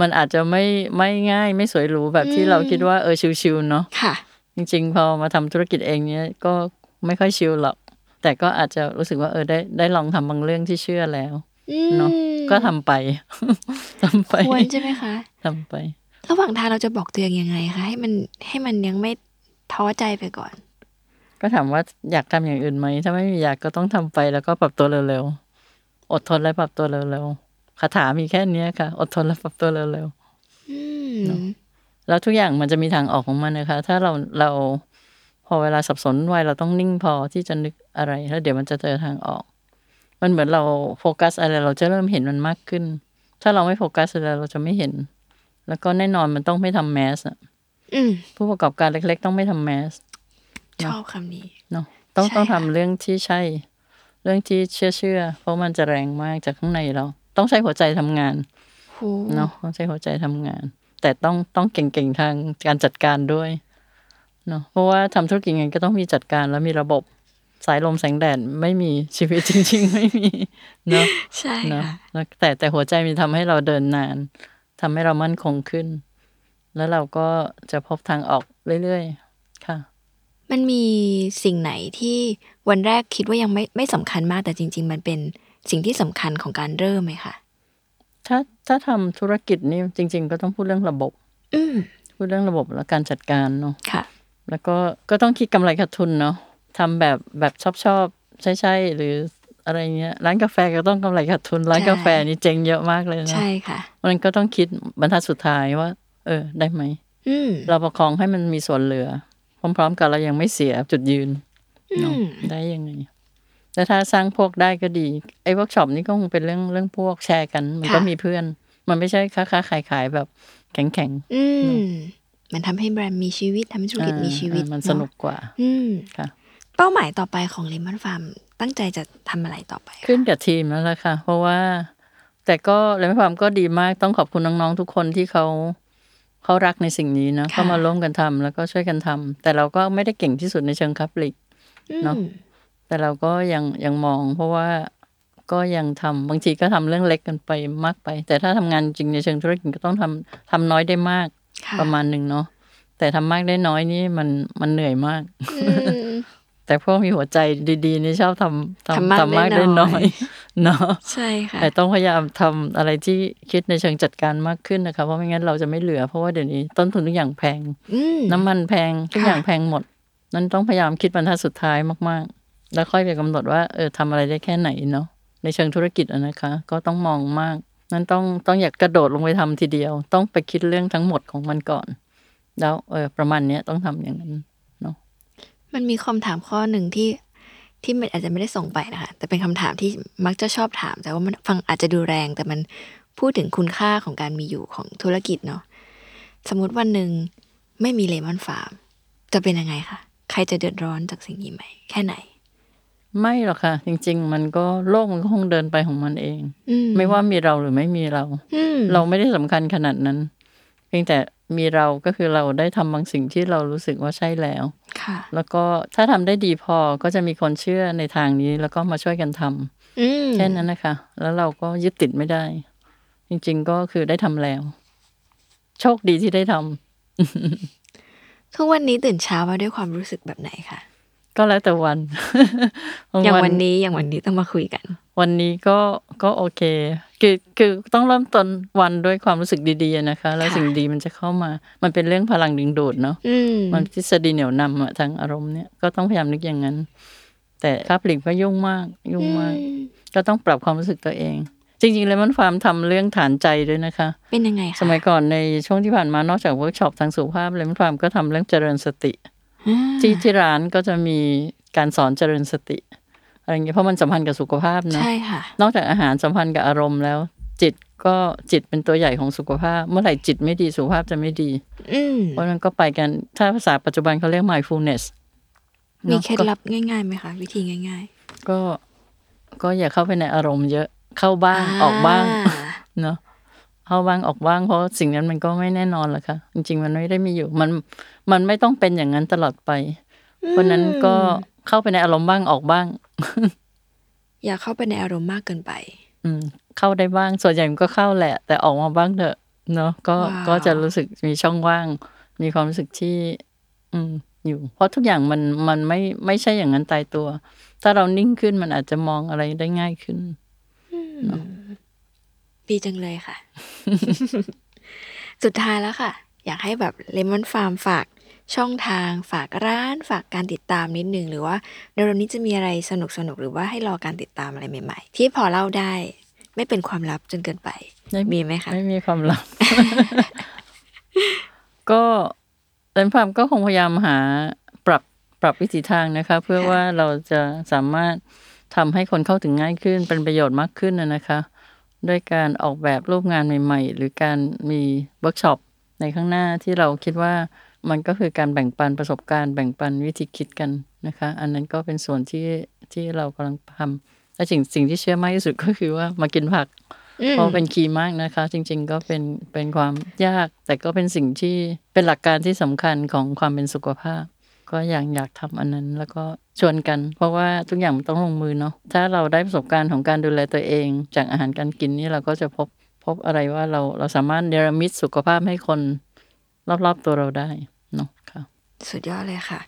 มันอาจจะไม่ไม่ง่ายไม่สวยหรูแบบที่เราคิดว่าเออชิวๆเนาะ
ค่ะ
จริง ๆ พอมาทำธุรกิจเองเนี้ยก็ไม่ค่อยชิวหรอก แต่ก็อาจจะรู้สึกว่าเออได้ได้ลองทำบางเรื่องที่เชื่อ แล้วเนาะก็ทำไป ทำไป
ควรใช่ไหมคะ
ทำไป
ระหว่างทางเราจะบอกตัวเองยังไงคะให้มันให้มันยังไม่ท้อใจไปก่อน
ก็ถามว่าอยากทำอย่างอื่นไหม ถ้าไม่อยากก็ต้องทำไปแล้วก็ปรับตัวเร็วๆ อดทนและปรับตัวเร็วๆคาถามีแค่เนี้ยค่ะ อดทนและปรับตัวเร็วๆ
อืม
แล้วทุกอย่างมันจะมีทางออกของมันนะคะ ถ้าเราเราพอเวลาสับสนไวเราต้องนิ่งพอที่จะนึกอะไร แล้วเดี๋ยวมันจะเจอทางออก มันเหมือนเราโฟกัสอะไรเราจะเริ่มเห็นมันมากขึ้น ถ้าเราไม่โฟกัสอะไรเราจะไม่เห็น แล้วก็แน่นอนมันต้องไม่ทำแมสอะ
อืม
ผู้ประกอบการเล็ก ๆ ต้องไม่ทำแมส
ชอบคำนี้
เนาะต้อง
ใช่
ต้องทำ
ค่ะ
เรื่องที่ใช่ เรื่องที่เชื่อเชื่อเพราะมันจะแรงมากจากข้างในเรา ต้องใช้หัวใจทำงาน
โห
เนาะต้องใช้หัวใจทำงาน แต่ต้องต้องเก่งๆทางการจัดการด้วยเนาะเพราะว่าทำธุรกิจไงก็ต้องมีจัดการแล้วมีระบบสายลมแสงแดดไม่มีชีวิตจริง ๆ ไม่มีเนาะ
ใช่
เนาะ
ค่ะ
แล้วแต่แต่หัวใจมีทำให้เราเดินนานทำให้เรามั่นคงขึ้น แล้วเราก็จะพบทางออกเรื่อยๆค่ะ
มันมีสิ่งไหนที่วันแรกคิดว่ายังไม่ไม่สำคัญมากแต่จริง ๆ มันเป็นสิ่งที่สำคัญของการเริ่มไหมคะ
ถ้าถ้าทำธุรกิจนี่จริง ๆ ก็ต้องพูดเรื่องระบบ
อืม
พูดเรื่องระบบและการจัดการเนาะ
ค่ะ
แล้วก็ก็ต้องคิดกำไรขาดทุนเนาะทำแบบแบบชอบชอบใช่ใช่ๆหรืออะไรเงี้ยร้านกาแฟก็ต้องกำไรขาดทุน ร้าน
ใช่
กาแฟนี่เจ๊งเยอะมากเลยนะ
ใช่ค่ะ
มันก็ต้องคิดบรรทัดสุดท้ายว่า เออ ได้ไหม
อืม
เราประคองให้มันมีส่วนเหลือ พร้อม ๆ กับเรายังไม่เสียจุดยืน
อื
เนาะ
ม
ได้ยังไงแต่ถ้าสร้างพวกได้ก็ดีไอ้เวิร์กช็อปนี่ก็คงเป็นเรื่องเรื่องพวกแชร์กัน มันก็มีเพื่อน มันไม่ใช่ค้าค้าขายขายๆแบบแข็งแข็งๆ
อืมมันทำให้แบรนด์มีชีวิตทำให้ธุรกิจมีชีวิต
อ่ามันสนุก
เอะ
กว่า
อืม
ค่ะ
เป้าหมายต่อไปของเลมอนฟาร์มตั้งใจจะทำอะไรต่อไปคะ
ขึ้นกับทีมแล้วล่ะค่ะ เพราะว่า แต่ก็เรื่องความก็ดีมากต้องขอบคุณน้องๆทุกคนที่เขาเขารักในสิ่งนี้นะเขามาร่วมกันทำแล้วก็ช่วยกันทำแต่เราก็ไม่ได้เก่งที่สุดในเชิงคับลิก
อืม
เนอะ แต่เราก็ยังยังมอง เพราะว่าก็ยังทำบางทีก็ทำเรื่องเล็กกันไปมากไป แต่ถ้าทำงานจริงในเชิงธุรกิจก็ต้องทำทำน้อยได้มาก
ค่ะ
ประมาณหนึ่งเนาะแต่ทำมากได้น้อยนี่มันมันเหนื่อยมาก
อืม
แต่พวกมีหัวใจดีๆนี่ชอบทำ
ทำ
ทำ
มาก
ทำมาก
ได้
ได้
น้
น้
อ
อย ยเนาะ
ใช่ค่ะ
แต่ต้องพยายามทำอะไรที่คิดในเชิงจัดการมากขึ้นนะคะเพราะไม่งั้นเราจะไม่เหลือ เพราะว่าเดี๋ยวนี้ต้นทุนทุกอย่างแพง
อืม
น้ำมันแพงทุก
ค่ะ
อย่างแพงหมด นั้นต้องพยายามคิดบรรทัดสุดท้ายมากๆ แล้วค่อยไปกำหนดว่าเออทำอะไรได้แค่ไหนเนาะในเชิงธุรกิจอะนะคะ ก็ต้องมองมาก นั้นต้องต้องอยากกระโดดลงไปทำทีเดียว ต้องไปคิดเรื่องทั้งหมดของมันก่อน แล้วเออประมาณเนี้ยต้องทำอย่างนั้น
มันมีคำถามข้อหนึ่งที่ที่มันอาจจะไม่ได้ส่งไปนะคะแต่เป็นคำถามที่มักจะชอบถาม แต่ว่ามันฟังอาจจะดูแรง แต่มันพูดถึงคุณค่าของการมีอยู่ของธุรกิจเนาะสมมติวันหนึ่งไม่มีเลมอนฟาร์มจะเป็นยังไงคะใครจะเดือดร้อนจากสิ่งนี้ไหมแค่ไหน
ไม่หรอกค่ะ จริง ๆ มันก็โลกมันก็คงเดินไปของมันเอง
อืม
ไม่ว่ามีเราหรือไม่มีเรา
อืม
เราไม่ได้สำคัญขนาดนั้น เพียงแต่มีเราก็คือเราได้ทำบางสิ่งที่เรารู้สึกว่าใช่แล้ว
ค่ะ
แล้วก็ถ้าทำได้ดีพอก็จะมีคนเชื่อในทางนี้ แล้วก็มาช่วยกันทำ
อืม
แค่นั้นนะคะ แล้วเราก็ยึดติดไม่ได้ จริง ๆ ก็คือได้ทำแล้ว โชคดีที่ได้ทำ
ทุกวันนี้ตื่นเช้ามาด้วยความรู้สึกแบบไหนคะ
ก็แล้วแต่วัน
อย่างวันนี้อย่างวันนี้ต้องมาคุยกัน
วันนี้ก็ก็โอเค คือคือต้องเริ่มต้นวันด้วยความรู้สึกดีๆอะนะคะ แล้ว
ค่ะ
สิ่งดีมันจะเข้ามา มันเป็นเรื่องพลังดึงดูดเนาะ
อืม
มันทฤษฎีเหนี่ยวนำอะทางอารมณ์เนี่ยก็ต้องพยายามนึกอย่างนั้น แต่ค้าปลีกก็ยุ่งมาก ยุ่งมาก
อืม
ก็ต้องปรับความรู้สึกตัวเอง จริงๆเลยมันฟาร์มทำเรื่องฐานใจด้วยนะคะ
เป็นยังไงคะ
สมัยก่อนในช่วงที่ผ่านมานอกจากเวิร์กช็อปทางสุขภาพเลยมันฟาร์มก็ทำเรื่องเจริญสติ
อ่า
ที่ที่ร้านก็จะมีการสอนเจริญสติอะไรอย่างเงี้ยเพราะมันสัมพันธ์กับสุขภาพเนอะ
ใช่ค่ะ
นอกจากอาหารสัมพันธ์กับอารมณ์แล้ว จิตก็จิตเป็นตัวใหญ่ของสุขภาพ เมื่อไหร่จิตไม่ดีสุขภาพจะไม่ดี
อืม
เพราะฉะนั้นก็ไปกัน ถ้าภาษาปัจจุบันเขาเรียก mindfulness
มี
เนาะ
เคล็ด
ก็
ลับง่ายๆไหมคะ วิธีง่าย
ก็ก็อย่าเข้าไปในอารมณ์เยอะเข้า
ๆ
บ้างออกบ้าง
อ่
เนาะเข้าบ้างออกบ้างเพราะสิ่งนั้นมันก็ไม่แน่นอนหรอกค่ะ จริง ๆ มันไม่ได้มีอยู่ มันมันไม่ต้องเป็นอย่างนั้นตลอดไป เพราะฉะนั้นก็เข้าไปในอารมณ์บ้างออกบ้าง
อย่าเข้าไปในอารมณ์มากเกินไป
อืมเข้าได้บ้างส่วนใหญ่มันก็เข้าแหละ แต่ออกมาบ้างเถอะเนาะก็
ว้าว
ก็จะรู้สึกมีช่องว่าง มีความรู้สึกที่ อืม อยู่ เพราะทุกอย่างมันมันไม่ไม่ใช่อย่างนั้นตายตัว ถ้าเรานิ่งขึ้นมันอาจจะมองอะไรได้ง่ายขึ้น
ดีจังเลยค่ะ สุดท้ายแล้วค่ะ อยากให้แบบเลมอนฟาร์มฝากช่องทาง ฝากร้าน ฝากการติดตามนิดนึง หรือว่าเร็วๆนี้จะมีอะไรสนุกสนุกๆหรือว่าให้รอการติดตามอะไรใหม่ ๆ ที่พอเล่าได้ ไม่เป็นความลับจนเกินไป มีไหมคะ
ไม่มีความลับ ก็เรนฟาร์มก็คงพยายามหาปรับปรับวิถีทางนะคะ เพื่อว่าเราจะสามารถทำให้คนเข้าถึงง่ายขึ้น เป็นประโยชน์มากขึ้นนะนะคะ ด้วยการออกแบบรูปงานใหม่ ๆ หรือการมีเวิร์กช็อปในข้างหน้าที่เราคิดว่ามันก็คือการแบ่งปันประสบการณ์แบ่งปันวิธีคิดกันนะคะ อันนั้นก็เป็นส่วนที่ที่เรากำลังทำและสิ่งสิ่งที่เชื่อมากที่สุดก็คือว่ามากินผัก
อืม
เพราะเป็นคีย์มากนะคะ จริง ๆ ก็เป็นเป็นความยาก แต่ก็เป็นสิ่งที่เป็นหลักการที่สำคัญของความเป็นสุขภาพ ก็อย่างอยากทำอันนั้นแล้วก็ชวนกัน เพราะว่าทุกอย่างมันต้องลงมือเนาะถ้าเราได้ประสบการณ์ของการดูแลตัวเอง จากอาหารการกินนี่เราก็จะพบพบอะไรว่าเราเราสามารถเนรมิตสุขภาพให้คนรอบๆตัวเราได้เนาะค่ะ
สุดยอดเลยค่ะ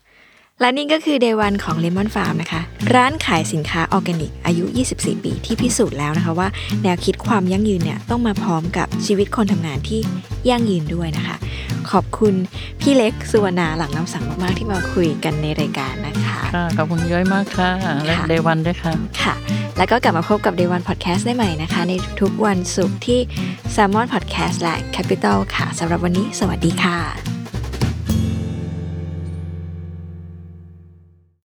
และนี่ก็คือ Day 1ของ Lemon Farm นะคะ ร้านขายสินค้าออร์แกนิก อายุ 24 ปีที่พิสูจน์แล้วนะคะว่าแนวคิดความยั่งยืนเนี่ยต้องมาพร้อมกับชีวิตคนทำงานที่ยั่งยืนด้วยนะคะ ขอบคุณพี่เล็กสุวรรณาหลังน้ำสังมาก ๆ ที่มาคุยกันในรายการนะคะ
ค่ะขอบคุณย้อยมากค่ะ และ
ค่ะ
เดวันด้วยค่ะ
ค่ะ แล้วก็กลับมาพบกับ Day One Podcast ได้ใหม่นะคะ ในทุกๆวันศุกร์ที่ Salmon Podcast และ Capital ค่ะสำหรับวันนี้ สวัสดีค่ะ